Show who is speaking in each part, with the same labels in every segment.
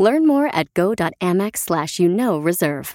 Speaker 1: Learn more at go.amex slash you know reserve.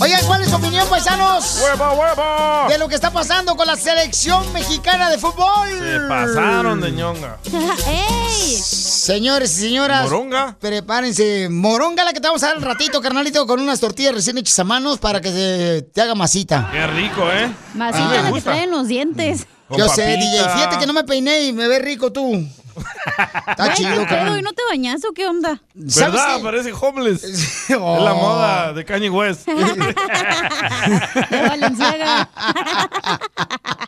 Speaker 2: Oigan, ¿cuál es su opinión, paisanos? ¡Huevo, huevo! De lo que está pasando con la selección mexicana de fútbol.
Speaker 3: Se pasaron de ñonga.
Speaker 2: ¡Ey! Señores y señoras.
Speaker 3: ¿Moronga?
Speaker 2: Prepárense. Moronga la que te vamos a dar al ratito, carnalito, con unas tortillas recién hechas a manos para que se te haga masita.
Speaker 3: Qué rico, ¿eh?
Speaker 2: Masita Ah. la que
Speaker 4: traen los dientes.
Speaker 2: Yo sé, DJ, fíjate que no me peiné y me ves rico tú. Está
Speaker 4: Ay,
Speaker 2: chido,
Speaker 4: qué pedo, ¿y
Speaker 2: carnal.
Speaker 4: no te bañas o qué onda?
Speaker 3: ¿Verdad? Parece homeless. Es
Speaker 2: Oh.
Speaker 3: la moda de Kanye West.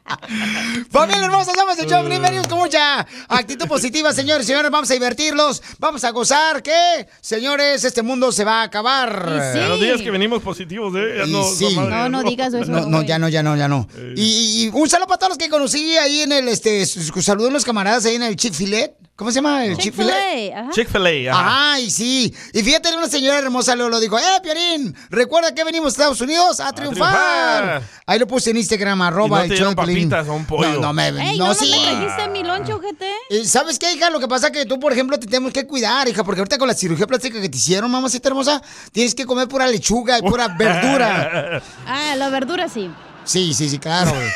Speaker 2: Familia hermosa, somos el show. Bienvenidos con mucha actitud positiva, señores y señores. Vamos a divertirlos, vamos a gozar, que, señores, este mundo se va a acabar.
Speaker 3: A los días que venimos positivos, ¿eh? Ya
Speaker 2: Y
Speaker 3: no,
Speaker 2: sí.
Speaker 3: la madre,
Speaker 2: No, no digas eso, No, no, ya no, ya no, ya no. Y, y un saludo para todos los que conocí ahí en el, este, s- s- saludos a los camaradas ahí en el Chick-fil-A. ¿Cómo se llama? El
Speaker 4: Chick-fil-A,
Speaker 2: Chick-fil-A.
Speaker 4: ajá.
Speaker 3: Chick-fil-A, ajá.
Speaker 2: Ay, sí. Y fíjate, una señora hermosa lo, lo dijo, eh, Piorín, recuerda que venimos a Estados Unidos a triunfar.
Speaker 3: triunfar.
Speaker 2: Ahí lo puse en Instagram,
Speaker 3: no
Speaker 2: arroba
Speaker 3: te
Speaker 2: el show de
Speaker 3: dieron
Speaker 2: Piolín.
Speaker 3: papitas o un pollo.
Speaker 2: No, no me,
Speaker 4: Ey,
Speaker 2: no,
Speaker 4: no, no
Speaker 2: sí.
Speaker 4: me trajiste mi lonche, ojete.
Speaker 2: Eh, ¿Sabes qué, hija? Lo que pasa es que tú, por ejemplo, te tenemos que cuidar, hija, porque ahorita con la cirugía plástica que te hicieron, mamacita hermosa, tienes que comer pura lechuga y pura verdura.
Speaker 4: Ah, la verdura sí.
Speaker 2: Sí, sí, sí, claro. güey.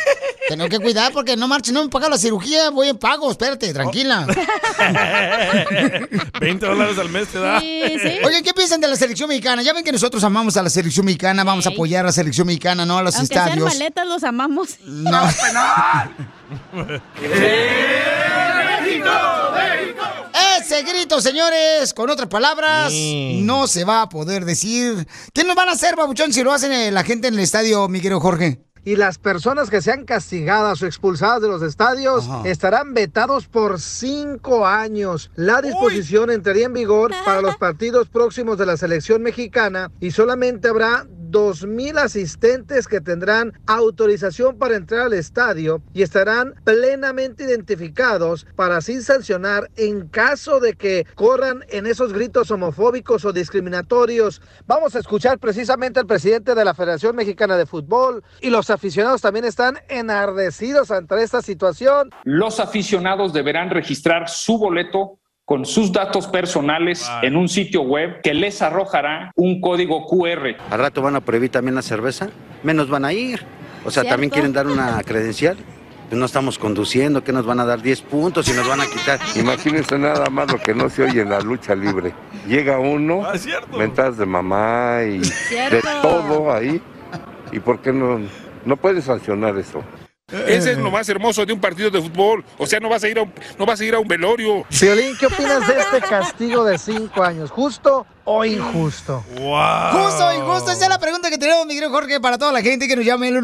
Speaker 2: Tengo que cuidar porque no marches, no me paga la cirugía, voy en pago, espérate, tranquila.
Speaker 4: Oh.
Speaker 3: 20 dólares al mes te da.
Speaker 2: Oye, ¿qué piensan de la selección mexicana? Ya ven que nosotros amamos a la selección mexicana, vamos a apoyar a la selección mexicana, no a los
Speaker 4: Aunque sean pues
Speaker 2: estadios.
Speaker 4: maletas, los amamos.
Speaker 2: No. Ese grito, señores, con otras palabras, no se va a poder decir. ¿Qué nos van a hacer, babuchón, si lo hacen eh, la gente en el estadio, mi querido Jorge?
Speaker 5: Y las personas que sean castigadas o expulsadas de los estadios estarán vetados por cinco años. La disposición entraría en vigor para los partidos próximos de la selección mexicana y solamente habrá 2.000 asistentes que tendrán autorización para entrar al estadio y estarán plenamente identificados para así sancionar en caso de que corran en esos gritos homofóbicos o discriminatorios. Vamos a escuchar precisamente al presidente de la Federación Mexicana de Fútbol y los aficionados también están enardecidos ante esta situación.
Speaker 6: los aficionados deberán registrar su boleto con sus datos personales en un sitio web que les arrojará un código QR.
Speaker 7: Al rato van a prohibir también la cerveza, menos van a ir. O sea, también
Speaker 6: Cierto.
Speaker 7: quieren dar una credencial. Pues No estamos conduciendo, que nos van a dar 10 puntos y nos van a quitar.
Speaker 8: Imagínense nada más lo que no se oye en la lucha libre. Llega uno, mentadas de mamá y
Speaker 9: Cierto.
Speaker 8: de todo ahí. ¿Y por qué no, no puedes sancionar eso?
Speaker 10: Ese es lo más hermoso de un partido de fútbol. O sea, no vas a ir a un, no vas a ir a un velorio.
Speaker 5: Violín, ¿qué opinas de este castigo de cinco años? ¿Justo o injusto?
Speaker 2: Justo, injusto, esa es la
Speaker 4: Oh.
Speaker 2: pregunta que tenemos, mi querido Jorge, para toda la gente que nos llame al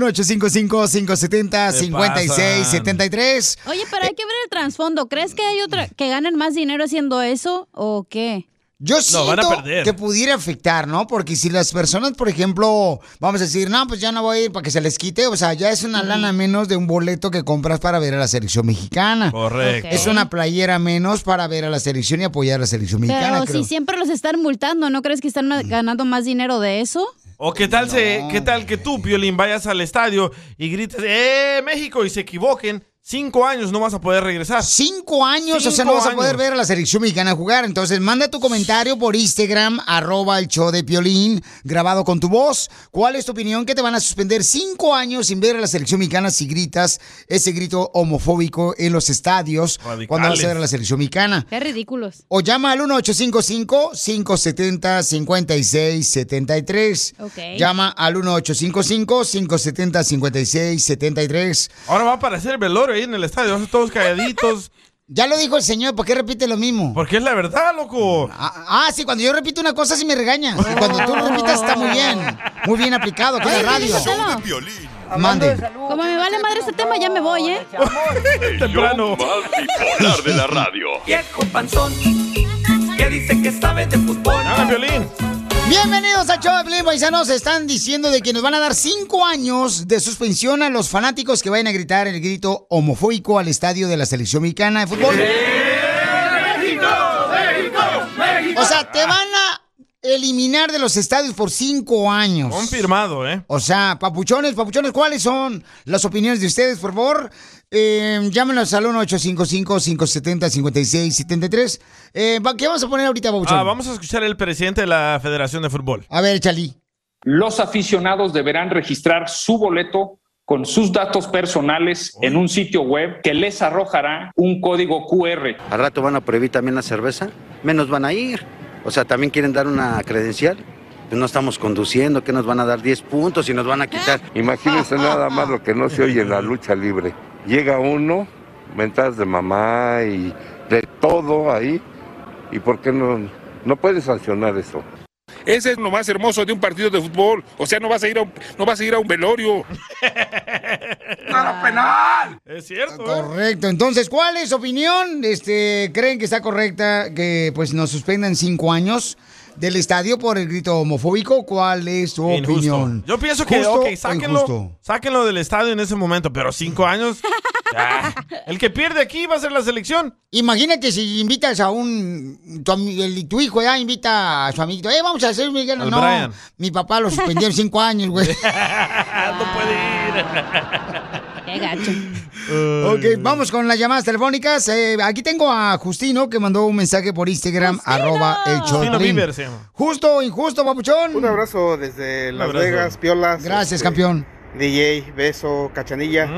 Speaker 2: 1855-570-5673.
Speaker 4: Oye, pero hay que ver el trasfondo. ¿Crees que hay otra que ganan más dinero haciendo eso o qué?
Speaker 2: Yo siento
Speaker 4: van a perder.
Speaker 2: que pudiera afectar, ¿no? Porque si las personas, por ejemplo, vamos a decir, no, pues ya no voy a ir para que se les quite, o sea, ya es
Speaker 4: Mm.
Speaker 2: una lana menos de un boleto que compras para ver a la selección mexicana.
Speaker 3: Correcto.
Speaker 2: Es una playera menos para ver a la selección y apoyar a la selección mexicana.
Speaker 4: Pero
Speaker 2: creo. Mm.
Speaker 4: si siempre los están multando, ¿no crees que están ma- ganando más dinero de eso?
Speaker 3: O qué tal, se, qué tal que tú, Piolín, vayas al estadio y grites, ¡eh, México! y se equivoquen, Cinco años no vas a poder regresar.
Speaker 2: Cinco años, o sea, no vas a poder ver a la selección mexicana jugar. Entonces, manda tu comentario por Instagram, arroba el show de Piolín, grabado con tu voz. ¿Cuál es tu opinión? Que te van a suspender cinco años sin ver a la selección mexicana si gritas ese grito homofóbico en los estadios cuando vas a ver a la selección mexicana.
Speaker 4: Qué ridículos.
Speaker 2: O llama al 1855-570-5673.
Speaker 4: Ok.
Speaker 2: Llama al 1855-570-5673.
Speaker 3: Ahora va a aparecer el velorio ahí en el estadio. Vamos a estar todos calladitos.
Speaker 2: Ya lo dijo el señor, ¿por qué repite lo mismo?
Speaker 3: Porque es la verdad, loco.
Speaker 2: Ah, sí, cuando yo repito una cosa sí me regaña. Y cuando tú lo repitas está muy bien. Muy bien aplicado aquí en la radio. Mande.
Speaker 4: Como me vale madre este tema, ya me voy, ¿eh?
Speaker 9: El show más bipolar de la radio.
Speaker 11: Viejo panzón que dice que sabe de fútbol.
Speaker 3: violín!
Speaker 2: Bienvenidos a Choplin, paisanos. Están diciendo de que nos van a dar cinco años de suspensión a los fanáticos que vayan a gritar el grito homofóbico al estadio de la selección mexicana de fútbol.
Speaker 11: ¡México! ¡México! ¡México!
Speaker 2: O sea, te van a eliminar de los estadios por cinco años.
Speaker 3: Confirmado, ¿eh?
Speaker 2: O sea, papuchones, papuchones, ¿cuáles son las opiniones de ustedes, por favor? Eh, llámenos al 1-855-570-5673. Eh, va- ¿Qué vamos a poner ahorita, papuchón?
Speaker 3: Ah, vamos a escuchar el presidente de la Federación de Fútbol.
Speaker 2: A ver, Chalí.
Speaker 6: Los aficionados deberán registrar su boleto con sus datos personales en un sitio web que les arrojará un código QR.
Speaker 7: Al rato van a prohibir también la cerveza, menos van a ir. O sea, también quieren dar una credencial. Pues no estamos conduciendo, que nos van a dar 10 puntos y nos van a quitar.
Speaker 8: Imagínense nada más lo que no se oye en la lucha libre. Llega uno, mentadas de mamá y de todo ahí. ¿Y por qué no, no pueden sancionar eso?
Speaker 10: Ese es lo más hermoso de un partido de fútbol. O sea, no vas a ir a un, no vas a ir a un velorio.
Speaker 3: Es cierto.
Speaker 2: Correcto. Entonces, ¿cuál es su opinión? Este, ¿Creen que está correcta que pues nos suspendan cinco años del estadio por el grito homofóbico? ¿Cuál es su
Speaker 3: Injusto.
Speaker 2: opinión?
Speaker 3: Yo pienso que,
Speaker 2: ¿Justo
Speaker 3: ok,
Speaker 2: o injusto?
Speaker 3: sáquenlo, sáquenlo del estadio en ese momento, pero cinco años. ya. El que pierde aquí va a ser la selección.
Speaker 2: Imagínate si invitas a un. Tu, ami- el- tu hijo ya invita a su amiguito. Eh, vamos a hacer un
Speaker 3: Al
Speaker 2: No,
Speaker 3: Brian.
Speaker 2: mi papá lo suspendió en cinco años, güey.
Speaker 4: Qué gacho.
Speaker 2: ok, vamos con las llamadas telefónicas. Eh, aquí tengo a Justino que mandó un mensaje por Instagram, arroba el show de
Speaker 12: Justino
Speaker 2: Piolín.
Speaker 12: Bieber se llama.
Speaker 2: Justo o injusto, papuchón.
Speaker 12: Un abrazo desde Las
Speaker 2: abrazo.
Speaker 12: Vegas, Piolas.
Speaker 2: Gracias,
Speaker 12: este,
Speaker 2: campeón.
Speaker 12: DJ, beso, cachanilla.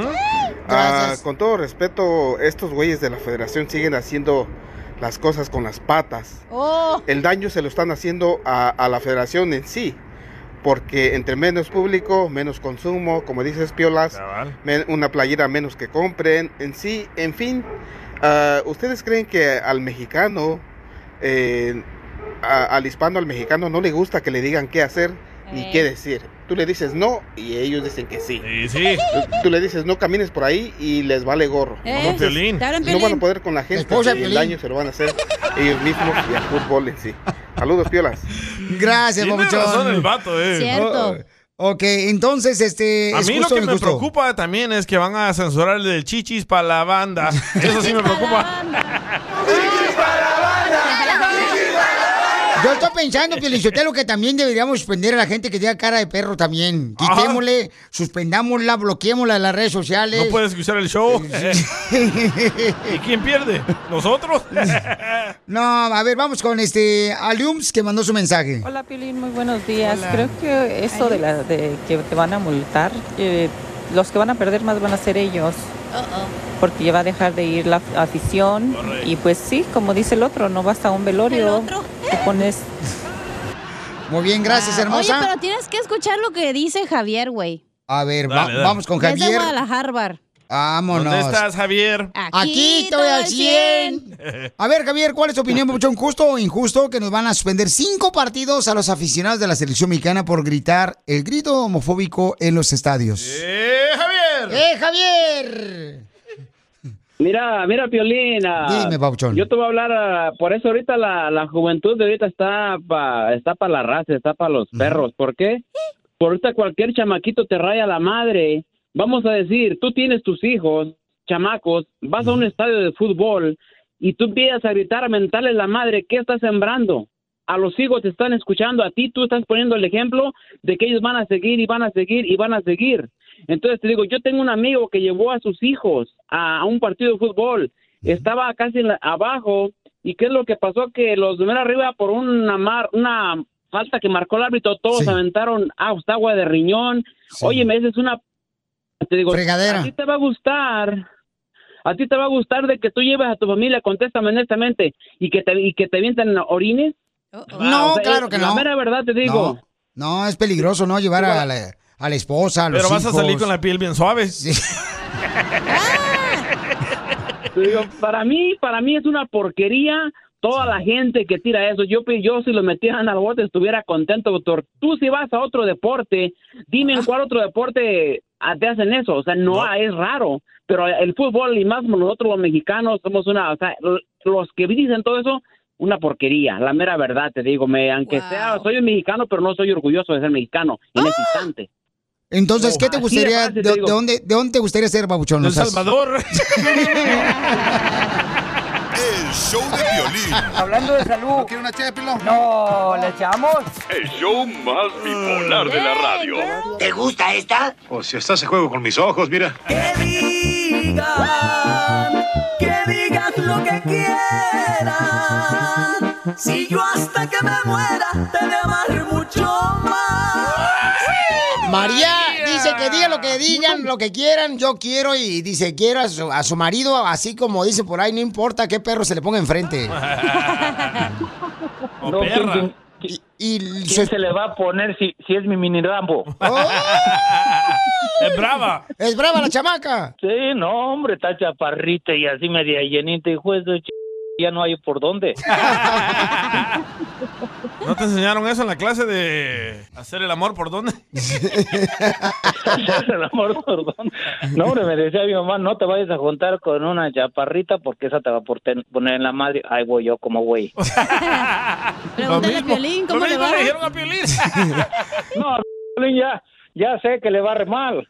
Speaker 12: Ah, con todo respeto, estos güeyes de la federación siguen haciendo las cosas con las patas.
Speaker 4: Oh.
Speaker 12: El daño se lo están haciendo a, a la federación en sí. Porque entre menos público, menos consumo, como dices, Piolas, men- una playera menos que compren, en sí, en fin. ah, ¿Ustedes creen que al mexicano eh, a- al hispano, al mexicano, no le gusta que le digan qué hacer ni
Speaker 4: Eh.
Speaker 12: qué decir. Tú le dices no y ellos dicen que sí. Tú, tú le dices no camines por ahí y les vale gorro.
Speaker 4: Eh, Piolín. te hablan
Speaker 12: no van a
Speaker 4: Piolín.
Speaker 12: poder con la gente
Speaker 4: esposa de
Speaker 12: y el
Speaker 4: Piolín.
Speaker 12: daño se lo van a hacer ellos mismos y al fútbol en sí. Saludos, piolas.
Speaker 2: Gracias,
Speaker 12: Tiene
Speaker 2: papuchón.
Speaker 12: razón el
Speaker 3: vato, eh. Cierto.
Speaker 2: O- ok, entonces, este.
Speaker 3: A
Speaker 2: ¿es
Speaker 3: mí lo
Speaker 2: justo o
Speaker 3: que me
Speaker 2: injusto?
Speaker 3: preocupa también es que van a censurar el de chichis para la banda. Eso sí me preocupa.
Speaker 2: Yo estoy pensando, Pielichotelo, que también deberíamos suspender a la gente que tenga cara de perro también. Quitémosle, suspendámosla, bloqueémosla de las redes sociales.
Speaker 3: No puedes escuchar el show. ¿Y quién pierde? ¿Nosotros?
Speaker 2: No, a ver, vamos con este Aliums que mandó su mensaje.
Speaker 13: Hola Piolín, muy buenos días. Creo que eso de, la, de que te van a multar, eh, los que van a perder más van a ser ellos, porque ya va a dejar de ir la afición. Y pues sí, como dice el otro, no basta un velorio. Te pones...
Speaker 2: Muy bien, gracias,
Speaker 4: Ah,
Speaker 2: hermosa.
Speaker 4: Oye, pero tienes que escuchar lo que dice Javier, güey.
Speaker 2: A ver, va-
Speaker 3: Dale, dale.
Speaker 2: vamos con
Speaker 4: Es de
Speaker 2: Javier.
Speaker 4: Guadalajara. Harvard.
Speaker 2: Vámonos.
Speaker 3: ¿Dónde estás, Javier?
Speaker 2: Aquí estoy al 100. A ver, Javier, ¿cuál es tu opinión, Papuchón? ¿Justo o injusto que nos van a suspender cinco partidos a los aficionados de la selección mexicana por gritar el grito homofóbico en los estadios?
Speaker 3: ¡Eh, Javier!
Speaker 2: ¡Eh, Javier!
Speaker 14: Mira, mira, Piolín. ah,
Speaker 2: Dime, Pauchón.
Speaker 14: Yo te voy a hablar, ah, por eso ahorita la, la juventud de ahorita está para está pa la raza, está para los perros. ¿Por qué? Por ahorita cualquier chamaquito te raya la madre. Vamos a decir, tú tienes tus hijos, chamacos, vas a un estadio de fútbol y tú empiezas a gritar, a mentarles la madre, ¿qué estás sembrando? A los hijos te están escuchando, a ti tú estás poniendo el ejemplo de que ellos van a seguir y van a seguir y van a seguir. Entonces te digo, yo tengo un amigo que llevó a sus hijos a, a un partido de fútbol. Estaba casi en la- abajo. ¿Y qué es lo que pasó? Que los de mero arriba, por una, mar, una falta que marcó el árbitro, todos aventaron ah, hasta agua de riñón. Oye, esa es una. Te digo,
Speaker 2: Fregadera.
Speaker 14: a ti te va a gustar. A ti te va a gustar de que tú lleves a tu familia, contéstame honestamente, y que te, y que te avientan orines. Ah,
Speaker 2: No, claro que no.
Speaker 14: La mera verdad te digo.
Speaker 2: No, no, es peligroso, ¿no? Llevar a la, a la esposa, a los
Speaker 3: Pero vas a
Speaker 2: hijos.
Speaker 3: salir con la piel bien suave.
Speaker 14: Te digo, para mí, para mí es una porquería toda la gente que tira eso. Yo, pi- yo si lo metieran al bote estuviera contento, doctor. Tú si vas a otro deporte, dime en cuál otro deporte ah, te hacen eso. O sea, no, ah, es raro. Pero el fútbol y más nosotros los mexicanos somos una, o sea, l- los que dicen todo eso, una porquería. La mera verdad, te digo, me, aunque sea, soy un mexicano, pero no soy orgulloso de ser mexicano
Speaker 2: ¡Ah!
Speaker 14: en ese instante.
Speaker 2: Entonces,
Speaker 3: Oh.
Speaker 2: ¿qué
Speaker 14: Así
Speaker 2: te
Speaker 14: de
Speaker 2: gustaría,
Speaker 14: fácil,
Speaker 2: de,
Speaker 14: te digo.
Speaker 2: de dónde, de dónde te gustaría ser, babuchón?
Speaker 3: El
Speaker 2: O sea,
Speaker 3: Salvador.
Speaker 9: El show de violín.
Speaker 15: Hablando de salud. ¿No una No, ¿le echamos?
Speaker 9: El show más bipolar de la radio.
Speaker 15: ¿Te gusta esta?
Speaker 16: O si estás en juego con mis ojos, mira.
Speaker 11: digan, que digas lo que quieran. Si yo hasta que me muera te de amar mucho más.
Speaker 2: María dice que diga lo que digan, lo que quieran, yo quiero y dice quiero a su, a su marido, así como dice por ahí, no importa qué perro se le ponga enfrente.
Speaker 15: No, ¿quién-
Speaker 2: perra.
Speaker 15: quién- ¿Quién se le va a poner si, si es mi minirambo?
Speaker 3: Oh. Es brava.
Speaker 2: Es brava la chamaca.
Speaker 15: Sí, no, hombre, está chaparrita y así media llenita y juez de ch... ya no hay por dónde.
Speaker 3: ¿No te enseñaron eso en la clase de hacer el amor por dónde?
Speaker 15: El amor, perdón. No, hombre, me decía mi mamá, no te vayas a juntar con una chaparrita porque esa te va a porten- poner en la madre. Ahí voy yo como güey.
Speaker 17: Pregúntale a Piolín cómo le va.
Speaker 15: No, Piolín ya, ya sé que le va re mal.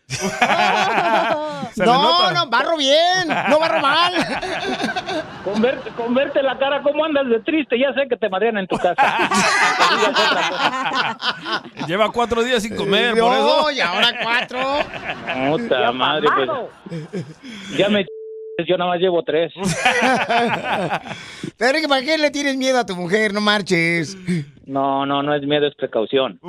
Speaker 2: No, no, barro bien, no barro mal.
Speaker 15: Con verte, con verte la cara, ¿cómo andas de triste? Ya sé que te marean en tu casa.
Speaker 3: Lleva cuatro días sin comer, por eso.
Speaker 2: cuatro.
Speaker 15: Puta madre, pues. Ya me... Yo nada más llevo tres.
Speaker 2: Pero es que ¿para qué le tienes miedo a tu mujer? No marches.
Speaker 15: No, no, no es miedo, es precaución.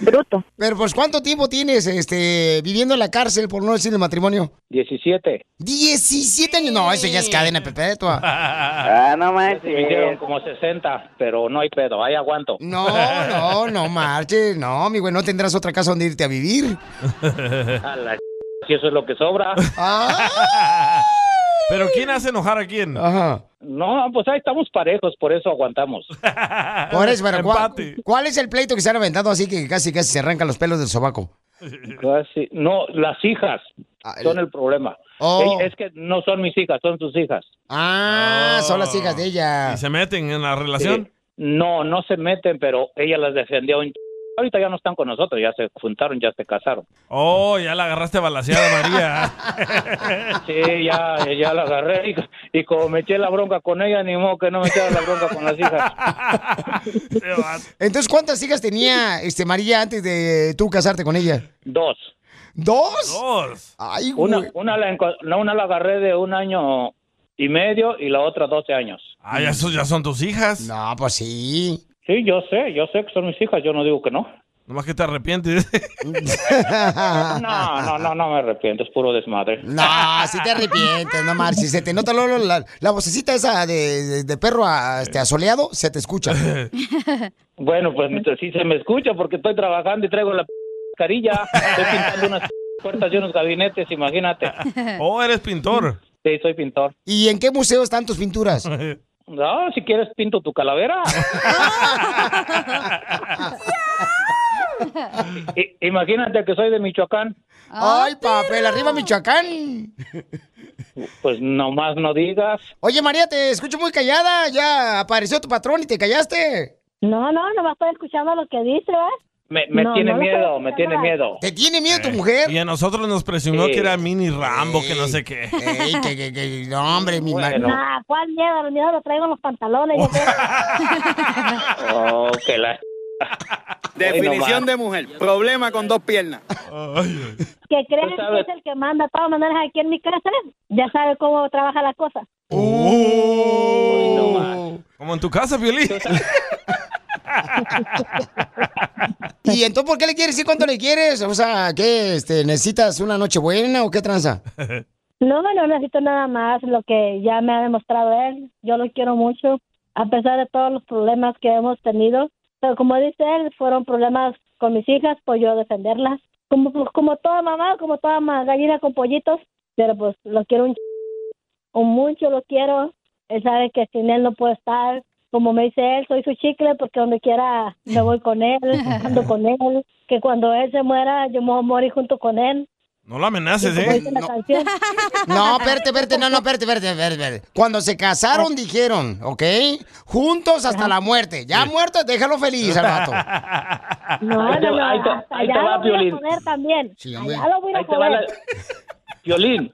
Speaker 2: Bruto. Pero pues ¿cuánto tiempo tienes este viviendo en la cárcel por no decir el matrimonio?
Speaker 15: 17.
Speaker 2: 17 años. No, eso ya es cadena perpetua.
Speaker 15: Ah,
Speaker 2: no manches.
Speaker 15: Me dieron como 60, pero no hay pedo, ahí aguanto.
Speaker 2: No, no, no marches. No, mi güey, no tendrás otra casa donde irte a vivir.
Speaker 15: A la ch- si eso es lo que sobra.
Speaker 2: Ah.
Speaker 3: Pero ¿quién hace enojar a quién?
Speaker 15: No, pues ahí estamos parejos, por eso aguantamos.
Speaker 2: Por eso, pero ¿cuál, cuál es el pleito que se han aventado así que casi casi se arrancan los pelos del sobaco?
Speaker 15: Casi- Ah, No, las hijas son el problema.
Speaker 2: Ah, Oh.
Speaker 15: Ey, Es que no son mis hijas, son sus hijas.
Speaker 2: Ah,
Speaker 15: Oh.
Speaker 2: son las hijas de ella.
Speaker 3: ¿Y se meten en la relación?
Speaker 15: Sí. No, no se meten, pero ella las defendió. un ch- Ahorita ya no están con nosotros, ya se juntaron, ya se casaron.
Speaker 3: Oh, ya la agarraste balaseada, María.
Speaker 15: Sí, ya, ya la agarré y, y como me eché la bronca con ella, ni modo que no me echara la bronca con las hijas.
Speaker 2: Entonces, ¿cuántas hijas tenía este María antes de tú casarte con ella?
Speaker 15: Dos.
Speaker 2: ¿Dos?
Speaker 3: Dos.
Speaker 2: Ay, güey.
Speaker 15: Una, una, la, enco- no, una la agarré de un año y medio y la otra 12 años.
Speaker 3: Ay, esos Ah, ya son tus hijas.
Speaker 2: No, pues sí.
Speaker 15: Sí, yo sé, yo sé que son mis hijas, yo no digo que no.
Speaker 3: Nomás que te arrepientes.
Speaker 15: No, no, no, no me arrepiento, es puro desmadre.
Speaker 2: No, si te arrepientes, no mar, si se te nota luego la, la vocecita esa de, de- de perro a- este, asoleado, se te escucha.
Speaker 15: Bueno, pues si se me escucha porque estoy trabajando y traigo la p- carilla, estoy pintando unas puertas y unos gabinetes, imagínate.
Speaker 3: Oh, eres pintor.
Speaker 15: Sí, soy pintor.
Speaker 2: ¿Y en qué museo están tus pinturas?
Speaker 15: No, si quieres pinto tu calavera. I- imagínate que soy de Michoacán.
Speaker 2: Ay, papel, arriba Michoacán.
Speaker 15: Pues nomás no digas.
Speaker 2: Oye, María, te escucho muy callada. Ya apareció tu patrón y te callaste.
Speaker 18: No, no, no estoy escuchando lo que dice, ¿eh?
Speaker 15: Me, me
Speaker 18: No,
Speaker 15: tiene
Speaker 18: no lo
Speaker 15: miedo,
Speaker 18: puedo
Speaker 15: me tiene
Speaker 18: escuchar.
Speaker 15: miedo.
Speaker 2: ¿Te tiene miedo tu mujer?
Speaker 3: Eh, Y a nosotros nos presionó
Speaker 15: Sí.
Speaker 3: que era mini Rambo, que no sé qué.
Speaker 2: Ey, que, que, que, no, hombre, mi
Speaker 3: Bueno.
Speaker 2: madre.
Speaker 18: Nah, Ah, ¿cuál miedo? El miedo lo traigo en los pantalones. yo creo.
Speaker 15: Oh, que la...
Speaker 14: Definición de mujer. Problema con dos piernas.
Speaker 18: que creen
Speaker 14: Tú
Speaker 18: que
Speaker 14: sabes.
Speaker 18: es el que manda. De todas maneras, aquí en mi casa ya sabe cómo trabaja la cosa.
Speaker 3: Uh. Como en tu casa, Piolín.
Speaker 2: ¿Y entonces por qué le quieres decir cuánto le quieres? O sea, ¿qué? Este, ¿Necesitas una noche buena o qué tranza?
Speaker 18: No, no necesito nada más lo que ya me ha demostrado él. Yo lo quiero mucho, a pesar de todos los problemas que hemos tenido. Pero como dice él, fueron problemas con mis hijas, pues yo defenderlas. Como, pues, como toda mamá, como toda ma- gallina con pollitos. Pero pues lo quiero un ch- o mucho, lo quiero. Él sabe que sin él no puedo estar. Como me dice él, soy su chicle porque donde quiera me voy con él, ando con él. Que cuando él se muera, yo me voy a morir junto con él.
Speaker 3: No la amenaces,
Speaker 18: Como
Speaker 3: ¿eh?
Speaker 18: dice la canción.
Speaker 2: No, espérate, espérate, no, no, espérate, espérate, espérate, espérate. Cuando se casaron dijeron, ¿ok? Juntos hasta la muerte. Ya muerto, déjalo feliz al vato.
Speaker 18: No,
Speaker 15: Ahí te
Speaker 18: no, no,
Speaker 15: va- ahí te-
Speaker 18: hasta
Speaker 15: ahí te
Speaker 18: allá
Speaker 15: va,
Speaker 18: lo voy a
Speaker 15: Piolín.
Speaker 18: joder también.
Speaker 15: hombre.
Speaker 18: Allá lo voy a
Speaker 15: Ahí te va
Speaker 18: joder.
Speaker 15: Violín.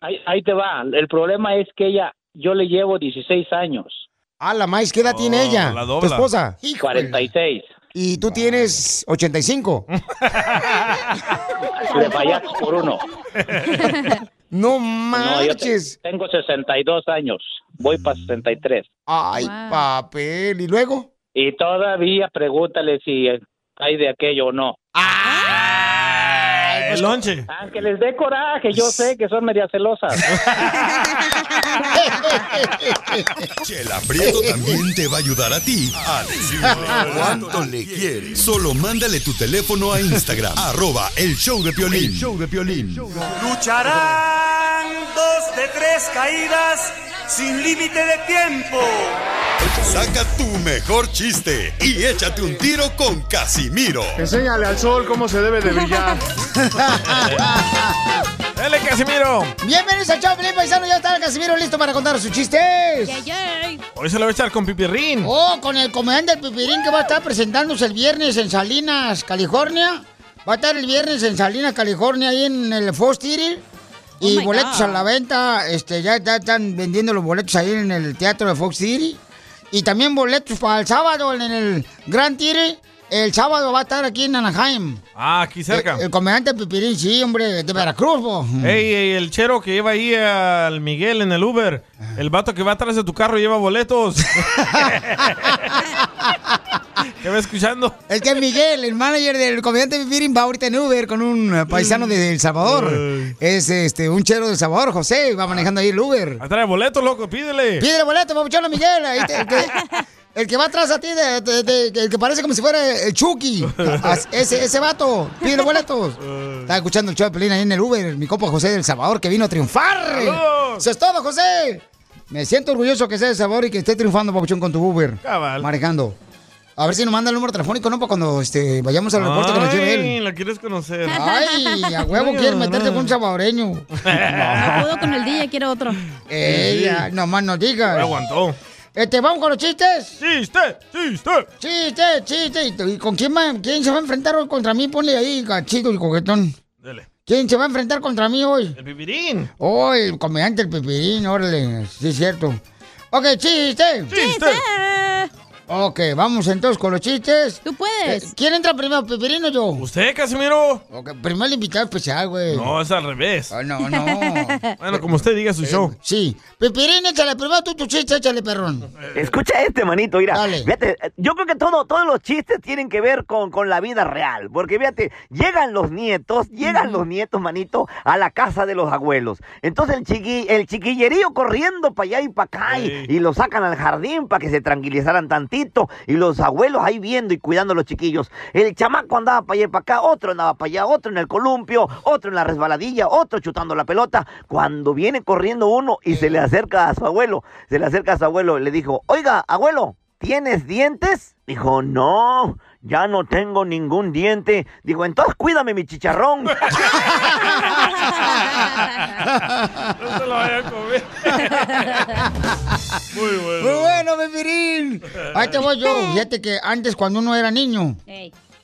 Speaker 15: Ahí, ahí te va. El problema es que ella, yo le llevo 16 años.
Speaker 2: Ah, la maíz, ¿qué edad
Speaker 3: Oh,
Speaker 2: tiene ella? ¿Tu esposa?
Speaker 15: 46.
Speaker 2: Y tú tienes 85.
Speaker 15: Le fallaste por uno.
Speaker 2: No
Speaker 15: No, yo te-
Speaker 2: marches.
Speaker 15: tengo 62 años. Voy para 63.
Speaker 2: Ay, papel. ¿Y luego?
Speaker 15: Y todavía pregúntale si hay de aquello o no.
Speaker 2: pues,
Speaker 3: El lonche.
Speaker 15: Aunque les dé coraje, yo sé que son media celosas.
Speaker 16: Chela Prieto también te va a ayudar a ti a decirle cuánto le quieres. Solo mándale tu teléfono a Instagram, arroba el show de Piolín.
Speaker 11: El
Speaker 16: show de Piolín.
Speaker 11: Lucharán dos de tres caídas sin límite de tiempo.
Speaker 16: Saca tu mejor chiste y échate un tiro con Casimiro.
Speaker 19: Enséñale al sol cómo se debe de brillar.
Speaker 3: Dale, Casimiro.
Speaker 2: Bienvenidos al Chavo Felipe Paisano. Ya está el Casimiro listo para contar sus chistes.
Speaker 3: Hoy se lo voy a echar con pipirrín.
Speaker 2: Oh, con el comediante del Pipirín que va a estar presentándose el viernes en Salinas, California. Va a estar el viernes en Salinas, California, ahí en el Fox Theater. Y
Speaker 11: Oh, my
Speaker 2: boletos
Speaker 11: God.
Speaker 2: a la venta, este, ya, ya están vendiendo los boletos ahí en el teatro de Fox Theater. Y también boletos para el sábado en el Grand Theater. El sábado va a estar aquí en Anaheim.
Speaker 3: Ah, aquí cerca.
Speaker 2: El, el comediante Pipirín, sí, hombre, de Veracruz, bo.
Speaker 3: Ey, ey, el chero que lleva ahí al Miguel en el Uber.
Speaker 2: Ah.
Speaker 3: El vato que va atrás de tu carro lleva boletos. ¿Qué va escuchando?
Speaker 2: El que es Miguel, el manager del comediante Pipirín, va ahorita en Uber con un eh, paisano de El Salvador. Es este un chero del Salvador, José, y va manejando ahí el Uber.
Speaker 3: Trae boletos, loco, pídele.
Speaker 2: Pídele boleto, papuchón a Miguel. ahí te- el, que, el que va atrás a ti, de- de- de- el que parece como si fuera el Chucky. As- Ese, ese vato, pídele boletos. Estaba escuchando el show de Pelín ahí en el Uber, mi compa José del Salvador que vino a triunfar.
Speaker 11: ¡Saludos!
Speaker 2: Eso es todo, José. Me siento orgulloso que sea del Salvador y que esté triunfando, papuchón, con tu Uber.
Speaker 3: Cabal.
Speaker 2: Manejando. A ver si nos manda el número telefónico, ¿no? Para cuando este, vayamos al aeropuerto que nos lleve él.
Speaker 3: Ay, la quieres conocer.
Speaker 2: Ay, a huevo quieres meterte con un salvadoreño.
Speaker 3: No
Speaker 2: puedo con el día, quiero otro.
Speaker 3: Sí.
Speaker 2: Ella, nomás no digas.
Speaker 3: No aguantó.
Speaker 2: Este, vamos con los chistes.
Speaker 3: Chiste, chiste.
Speaker 2: Chiste, chiste. ¿Y con quién, va- quién se va a enfrentar hoy contra mí? Ponle ahí, gachito y coquetón.
Speaker 3: Dale.
Speaker 2: ¿Quién se va a enfrentar contra mí hoy?
Speaker 3: El pipirín.
Speaker 2: Oh, el comediante, el pipirín, órale. Sí, es cierto. Ok, chiste.
Speaker 3: Chiste.
Speaker 2: Ok, vamos entonces con los chistes. Tú
Speaker 20: puedes.
Speaker 2: ¿Quién entra primero, Pipirín o yo?
Speaker 3: ¿Usted, Casimiro?
Speaker 2: primero el invitado especial, güey.
Speaker 3: No, es al revés.
Speaker 2: no, no.
Speaker 3: Bueno, como usted diga su show.
Speaker 2: Sí. Pipirín, échale primero tú tu chiste, échale, perrón.
Speaker 7: Escucha este, manito, mira.
Speaker 2: Dale.
Speaker 7: Fíjate, eh, yo creo que todo, todos los chistes tienen que ver con, con la vida real. Porque fíjate, llegan los nietos, llegan los nietos, manito, a la casa de los abuelos. Entonces el, chiqui, el chiquillerío corriendo para allá y para acá y- y, lo sacan al jardín para que se tranquilizaran tantito. Y los abuelos ahí viendo y cuidando a los chiquillos. El chamaco andaba para allá y para acá, otro andaba para allá, otro en el columpio, otro en la resbaladilla, otro chutando la pelota. Cuando viene corriendo uno y se le acerca a su abuelo, se le acerca a su abuelo y le dijo, oiga, abuelo, ¿tienes dientes? Dijo, no, ya no tengo ningún diente. Dijo, entonces cuídame mi chicharrón.
Speaker 3: No se lo vaya a comer. Muy bueno.
Speaker 2: Muy bueno, Pipirín. Ahí te voy yo. Fíjate que antes, cuando uno era niño,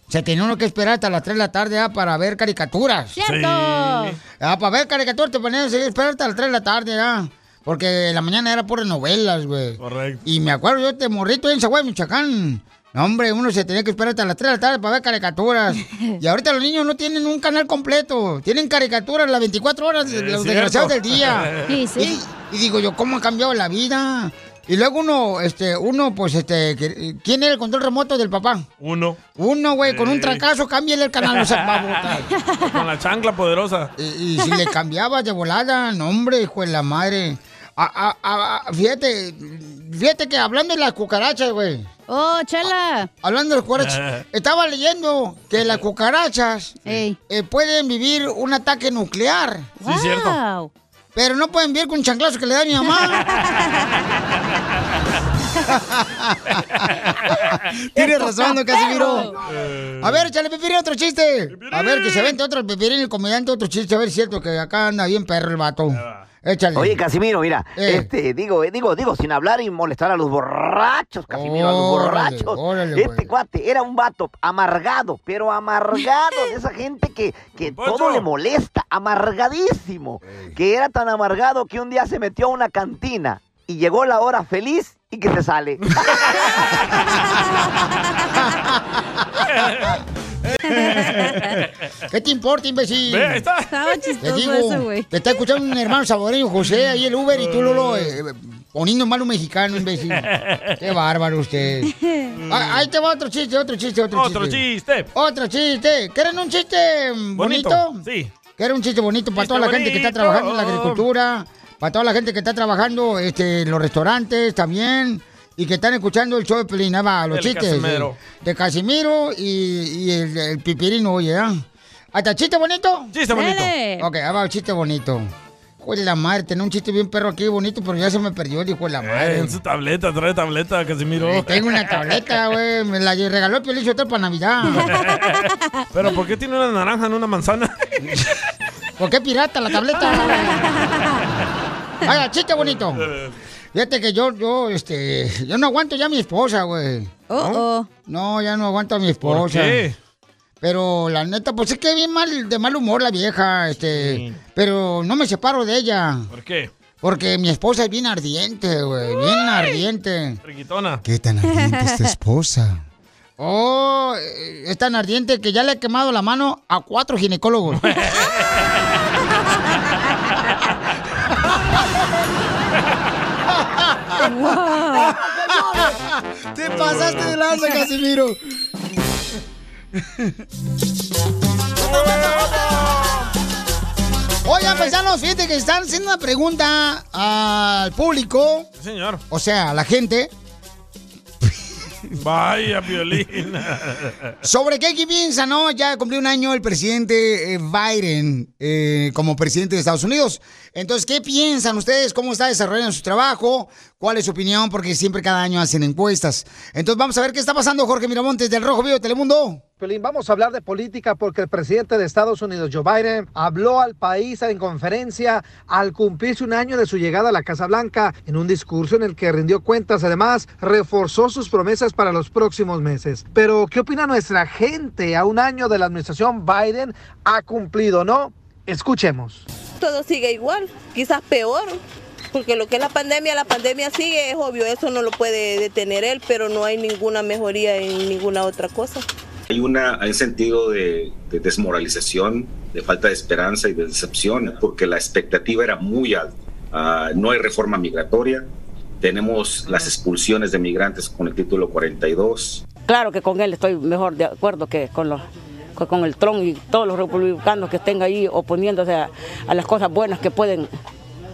Speaker 2: se tenía uno que esperar hasta las 3 de la tarde ah, para ver caricaturas.
Speaker 11: ¡Cierto! Sí.
Speaker 2: Ah, para ver caricaturas te ponían a esperar hasta las 3 de la tarde ah, Porque en la mañana era por novelas, güey.
Speaker 3: Correcto.
Speaker 2: Y me acuerdo yo, este morrito en Zaguay, Michoacán. No, Hombre, uno se tenía que esperar hasta las 3 de la tarde para ver caricaturas. Y ahorita los niños no tienen un canal completo. Tienen caricaturas las 24 horas, de
Speaker 11: Es
Speaker 2: los
Speaker 11: cierto.
Speaker 2: desgraciados del día.
Speaker 11: Sí, sí.
Speaker 2: Y, y digo yo, ¿cómo ha cambiado la vida? Y luego uno, este, uno, pues, este, que- ¿quién era el control remoto del papá?
Speaker 3: Uno.
Speaker 2: Uno, güey, con un
Speaker 3: Sí.
Speaker 2: trancazo, cámbiale el canal, no se va a botar.
Speaker 3: Con la chancla poderosa.
Speaker 2: Y si le cambiabas de volada, no, hombre, hijo de la madre. A- a- a- a- fíjate, fíjate que hablando de las cucarachas, güey. Oh, chela. hablando de las cucarachas. estaba leyendo que las cucarachas eh, pueden vivir un ataque nuclear.
Speaker 11: Sí, cierto.
Speaker 2: Pero no pueden vivir con un chanclazo que le da a mi mamá. Tienes razón, don Casimiro.
Speaker 3: Eh.
Speaker 2: A ver, échale Pipirín otro chiste. A ver, que se vente otro el Pipirín, el comediante, otro chiste. A ver, es cierto que acá anda bien perro el vato. Échale.
Speaker 21: Oye, Casimiro, mira,
Speaker 2: Eh.
Speaker 21: este, digo, eh, digo, digo, sin hablar y molestar a los borrachos, Casimiro, a
Speaker 2: Órale, pues.
Speaker 21: los borrachos. este cuate era un vato amargado, pero amargado, de esa gente que, que todo le molesta, amargadísimo, que era tan amargado que un día se metió a una cantina y llegó la hora feliz y que se sale.
Speaker 2: ¿Qué te importa, imbécil?
Speaker 11: Ve, ahí está.
Speaker 4: Estaba
Speaker 2: Te
Speaker 4: chistoso
Speaker 2: digo,
Speaker 4: ese, güey.
Speaker 2: te está escuchando un hermano saboreño, José, ahí el Uber, y tú, Lolo, eh, poniendo mal un mexicano, imbécil. Qué bárbaro usted. Ah, ahí te va otro chiste, otro chiste, otro,
Speaker 3: Otro
Speaker 2: chiste. Otro chiste. ¿Quieren un chiste mm, bonito?
Speaker 3: Sí.
Speaker 2: Quieren un chiste bonito para
Speaker 3: Chiste
Speaker 2: toda la gente que está
Speaker 3: bonito.
Speaker 2: trabajando en la agricultura, para toda la gente que está trabajando este, en los restaurantes también. Y que están escuchando el show de Pelín, ahí va, los
Speaker 11: El
Speaker 2: chistes de-
Speaker 11: Casimiro.
Speaker 2: De, Casimiro y, y el, el Pipirino, oye, ¿ah? ¿Hasta chiste bonito?
Speaker 11: Chiste bonito. Dale.
Speaker 2: Ok, ahí va el chiste bonito. Hijo de la madre, tenía un chiste bien perro aquí bonito, pero ya se me perdió el hijo de la
Speaker 3: Eh,
Speaker 2: madre.
Speaker 3: en su tableta, trae tableta, Casimiro.
Speaker 2: Tengo una tableta, güey, me la regaló el Piolín otra para Navidad.
Speaker 3: Pero ¿por qué tiene una naranja en una manzana?
Speaker 2: ¿Por qué pirata la tableta? Vaya, chiste bonito. Fíjate que yo, yo, este, yo no aguanto ya a mi esposa, güey.
Speaker 4: Oh,
Speaker 2: No, ya no aguanto a mi esposa.
Speaker 11: ¿Por qué?
Speaker 2: Pero la neta, pues es que bien mal, de mal humor la vieja, este, pero no me separo de ella.
Speaker 3: ¿Por qué?
Speaker 2: Porque mi esposa es bien ardiente, güey, bien ardiente.
Speaker 3: Riquitona.
Speaker 2: ¿Qué tan ardiente esta esposa? Oh, eh, es tan ardiente que ya le he quemado la mano a cuatro ginecólogos. Te pasaste de lanza, Casimiro. Oigan, paisanos, fíjate que están haciendo una pregunta al público,
Speaker 3: Señor.
Speaker 2: o sea, a la gente,
Speaker 3: Vaya, violín.
Speaker 2: sobre qué, qué piensa, ¿no? Ya cumplió un año el presidente eh, Biden eh, como presidente de Estados Unidos. Entonces, ¿qué piensan ustedes? ¿Cómo está desarrollando su trabajo? ¿Cuál es su opinión? Porque siempre cada año hacen encuestas. Entonces, vamos a ver qué está pasando, Jorge Miramontes, del Rojo Vivo de Telemundo.
Speaker 5: Piolín, vamos a hablar de política porque el presidente de Estados Unidos, Joe Biden, habló al país en conferencia al cumplirse un año de su llegada a la Casa Blanca en un discurso en el que rindió cuentas. Además, reforzó sus promesas para los próximos meses. Pero, ¿qué opina nuestra gente a un año de la administración Biden? ¿Ha cumplido o no? Escuchemos.
Speaker 1: todo sigue igual, quizás peor, porque lo que es la pandemia, la pandemia sigue, es obvio, eso no lo puede detener él, pero no hay ninguna mejoría en ninguna otra cosa.
Speaker 22: Hay, una, hay un sentido de, de desmoralización, de falta de esperanza y de decepción, porque la expectativa era muy alta. Ah, no hay reforma migratoria, tenemos las expulsiones de migrantes con el título 42,
Speaker 23: Claro que con él estoy mejor de acuerdo que con los que con el Trump y todos los republicanos que estén ahí oponiéndose a, a las cosas buenas que pueden,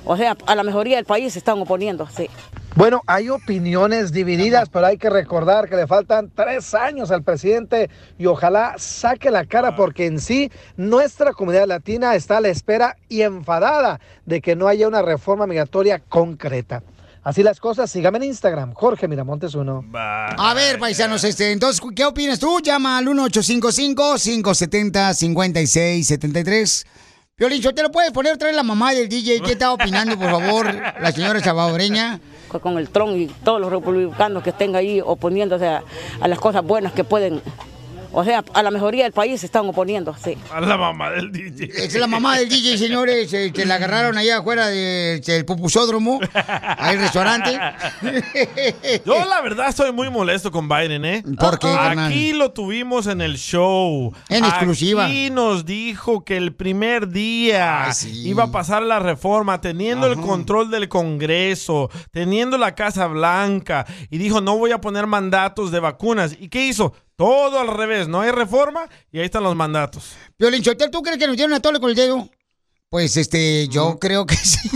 Speaker 23: o sea, a la mejoría del país se están oponiendo, sí.
Speaker 5: Bueno, hay opiniones divididas, pero hay que recordar que le faltan tres años al presidente y ojalá saque la cara porque en sí nuestra comunidad latina está a la espera y enfadada de que no haya una reforma migratoria concreta. Así las cosas, sígame en Instagram, Jorge Miramontes uno.
Speaker 2: A ver, paisanos, este, entonces, ¿qué opinas tú? Llama al 1855-570-5673. Piolín, ¿yo te lo puedes poner otra vez la mamá del DJ? ¿Qué está opinando, por favor, la señora salvadoreña?
Speaker 23: Que Con el Trump y todos los republicanos que estén ahí oponiéndose a, a las cosas buenas que pueden, o sea, a la mejoría del país se están oponiendo, sí.
Speaker 3: A la mamá del DJ.
Speaker 2: Es la mamá del DJ, señores. eh, que la agarraron allá afuera de- este, del pupusódromo. Hay restaurante.
Speaker 3: Yo la verdad estoy muy molesto con Biden, ¿eh?
Speaker 2: ¿Por qué, carnal?
Speaker 3: Aquí lo tuvimos en el show.
Speaker 2: En exclusiva.
Speaker 3: Aquí nos dijo que el primer día iba a pasar la reforma, teniendo el control del Congreso, teniendo la Casa Blanca, y dijo no voy a poner mandatos de vacunas. ¿Y qué hizo? Todo al revés, no hay reforma y ahí están los mandatos.
Speaker 2: Piolín Chotel, ¿tú crees que nos dieron a tole con el dedo? Pues este, yo creo que sí.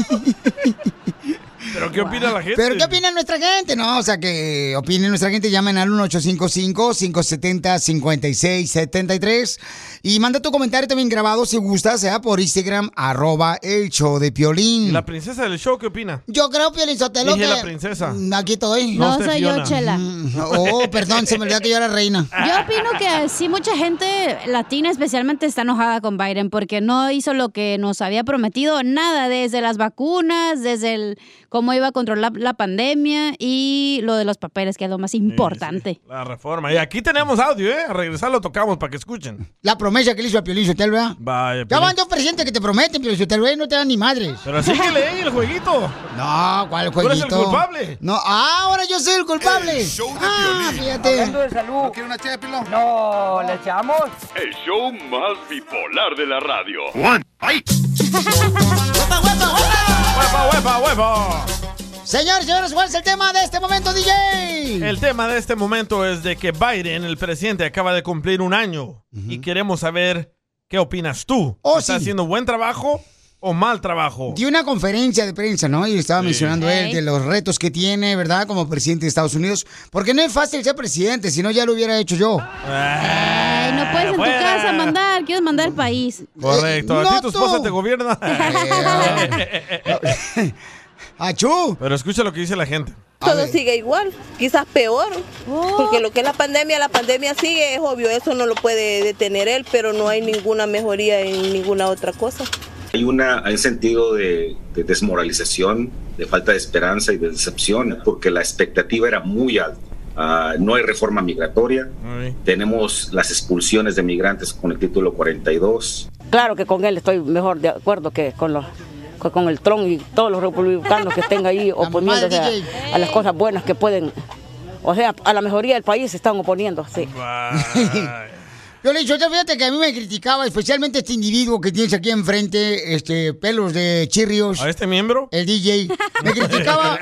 Speaker 3: ¿Pero qué opina la gente?
Speaker 2: Pero ¿qué opina nuestra gente? No, o sea, que opine nuestra gente, llamen al 1855-570-5673 y manda tu comentario también grabado si gustas, sea por Instagram, arroba el show de Piolín.
Speaker 3: La princesa del show, ¿qué opina?
Speaker 2: Yo creo, Piolín Sotelo,
Speaker 3: Dije
Speaker 2: que-
Speaker 3: la princesa.
Speaker 2: Mm, Aquí estoy.
Speaker 3: No, No, usted, soy yo, Fiona. Chela.
Speaker 2: Mm, Oh, perdón, se me olvidó que yo era reina.
Speaker 3: Ah.
Speaker 4: Yo opino que sí, mucha gente latina especialmente está enojada con Biden porque no hizo lo que nos había prometido, nada, desde las vacunas, desde el cómo iba a controlar la pandemia y lo de los papeles, que es lo más importante.
Speaker 3: La reforma. Y aquí tenemos audio, ¿eh? A regresar lo tocamos para que escuchen.
Speaker 2: La promesa que le hizo a Piolín Sotelo, ¿verdad?
Speaker 3: Vaya,
Speaker 2: Ya
Speaker 3: Piolín.
Speaker 2: van dos presidentes que te prometen, Piolín Sotelo, y no te dan ni madres.
Speaker 3: Pero síguele ahí el jueguito.
Speaker 2: No, ¿cuál
Speaker 3: Tú eres el
Speaker 2: jueguito?
Speaker 3: culpable.
Speaker 2: No, ah, ahora yo soy el culpable. ah,
Speaker 9: Hablando
Speaker 2: fíjate.
Speaker 9: de
Speaker 23: salud. ¿No
Speaker 9: quiere
Speaker 23: una No, ¿le echamos?
Speaker 9: El show más bipolar de la radio.
Speaker 23: ¡Ay!
Speaker 3: ¡Huepa, huepa, huepa!
Speaker 2: Señores, señores, ¿cuál es el tema de este momento, DJ?
Speaker 3: El tema de este momento es de que Biden, el presidente, acaba de cumplir un año y queremos saber qué opinas tú.
Speaker 2: Oh,
Speaker 3: ¿Está haciendo buen trabajo o mal trabajo?
Speaker 2: Dio una conferencia de prensa, ¿no? Y estaba mencionando él
Speaker 3: Ok.
Speaker 2: de los retos que tiene, ¿verdad? Como presidente de Estados Unidos. Porque no es fácil ser presidente, si no ya lo hubiera hecho yo.
Speaker 4: Ay,
Speaker 3: Ah,
Speaker 4: no puedes en
Speaker 2: Fuera.
Speaker 4: tu casa mandar, quieres mandar al país.
Speaker 3: Correcto.
Speaker 4: No
Speaker 3: a ti tu esposa
Speaker 4: tú.
Speaker 3: te gobierna.
Speaker 2: ¡Achú!
Speaker 3: Pero escucha lo que dice la gente.
Speaker 1: Todo sigue igual, quizás peor, porque lo que es la pandemia, la pandemia sigue, es obvio, eso no lo puede detener él, pero no hay ninguna mejoría en ninguna otra cosa.
Speaker 22: Hay una, hay un sentido de, de desmoralización, de falta de esperanza y de decepción, porque la expectativa era muy alta. Ah, no hay reforma migratoria, tenemos las expulsiones de migrantes con el título 42,
Speaker 23: Claro que con él estoy mejor de acuerdo que con los que con el Trump y todos los republicanos que estén ahí oponiéndose
Speaker 11: DJ.
Speaker 23: a, a las cosas buenas que pueden, o sea, a la mejoría del país se están oponiendo, sí.
Speaker 2: Yo le he dicho, "Oye, fíjate que a mí me criticaba, especialmente este individuo que tienes aquí enfrente, este, pelos de chirrios. ¿A
Speaker 3: este miembro?
Speaker 2: El DJ. Me criticaba.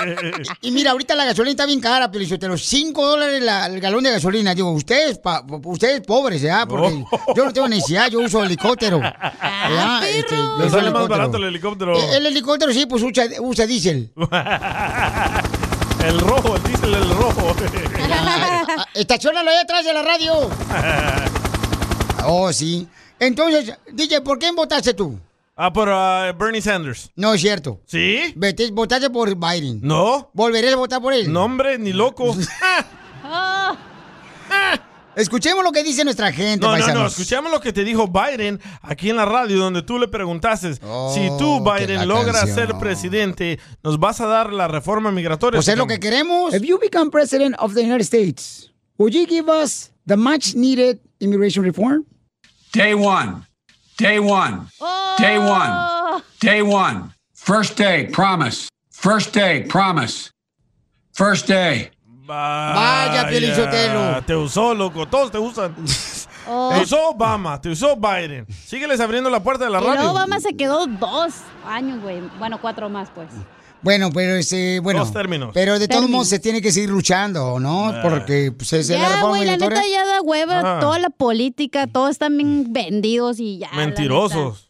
Speaker 2: y mira, ahorita la gasolina está bien cara, pero yo te los 5 dólares la- el galón de gasolina. Digo, ustedes, pa- ustedes pobres, ¿ya? Porque
Speaker 3: Oh.
Speaker 2: yo no tengo necesidad, yo uso helicóptero. ¿verdad? Este, yo
Speaker 3: Le sale
Speaker 2: uso
Speaker 3: más
Speaker 2: helicóptero.
Speaker 3: barato el helicóptero.
Speaker 2: Eh, El helicóptero sí, pues usa, usa diésel.
Speaker 3: El rojo, el diésel, el rojo.
Speaker 2: Estacionalo ahí atrás de la radio. Oh, sí. Entonces, DJ, ¿por quién votaste tú?
Speaker 3: ah, por ah, Bernie Sanders.
Speaker 2: No es cierto.
Speaker 3: ¿Sí?
Speaker 2: Vete- votaste por Biden.
Speaker 3: No.
Speaker 2: ¿Volveré a votar por él?
Speaker 3: No, hombre, ni loco.
Speaker 2: Escuchemos lo que dice nuestra gente,
Speaker 3: No, no,
Speaker 2: paisanos.
Speaker 3: no, escuchamos lo que te dijo Biden aquí en la radio, donde tú le preguntaste, si tú,
Speaker 2: que Oh, la
Speaker 3: Biden, logras
Speaker 2: canción.
Speaker 3: ser presidente, ¿nos vas a dar la reforma migratoria?
Speaker 2: Pues es lo que queremos. If you become president of the United States, would you give us the much needed immigration reform?
Speaker 24: Day one. Day one.
Speaker 2: Oh.
Speaker 24: Day one. Day one. First day, promise. First day, promise. First day.
Speaker 3: Vaya,
Speaker 24: Piolín Sotelo.
Speaker 3: Te usó, loco, todos te usan.
Speaker 4: Oh.
Speaker 3: Te usó Obama, te usó Biden. Sígueles abriendo la puerta de la
Speaker 4: Y luego
Speaker 3: radio.
Speaker 4: Obama se quedó dos años, güey. Bueno, cuatro más, pues.
Speaker 2: Bueno, pero ese, bueno.
Speaker 3: Dos términos.
Speaker 2: Pero de todos
Speaker 4: Términos.
Speaker 2: modos se tiene que seguir luchando, ¿no? Porque pues, es la
Speaker 4: ya,
Speaker 2: reforma
Speaker 4: güey, la
Speaker 2: migratoria.
Speaker 4: neta ya da hueva
Speaker 3: Ah.
Speaker 2: Ajá.
Speaker 4: toda la política, todos están bien vendidos y ya. Ah, la
Speaker 3: Mentirosos.
Speaker 4: neta.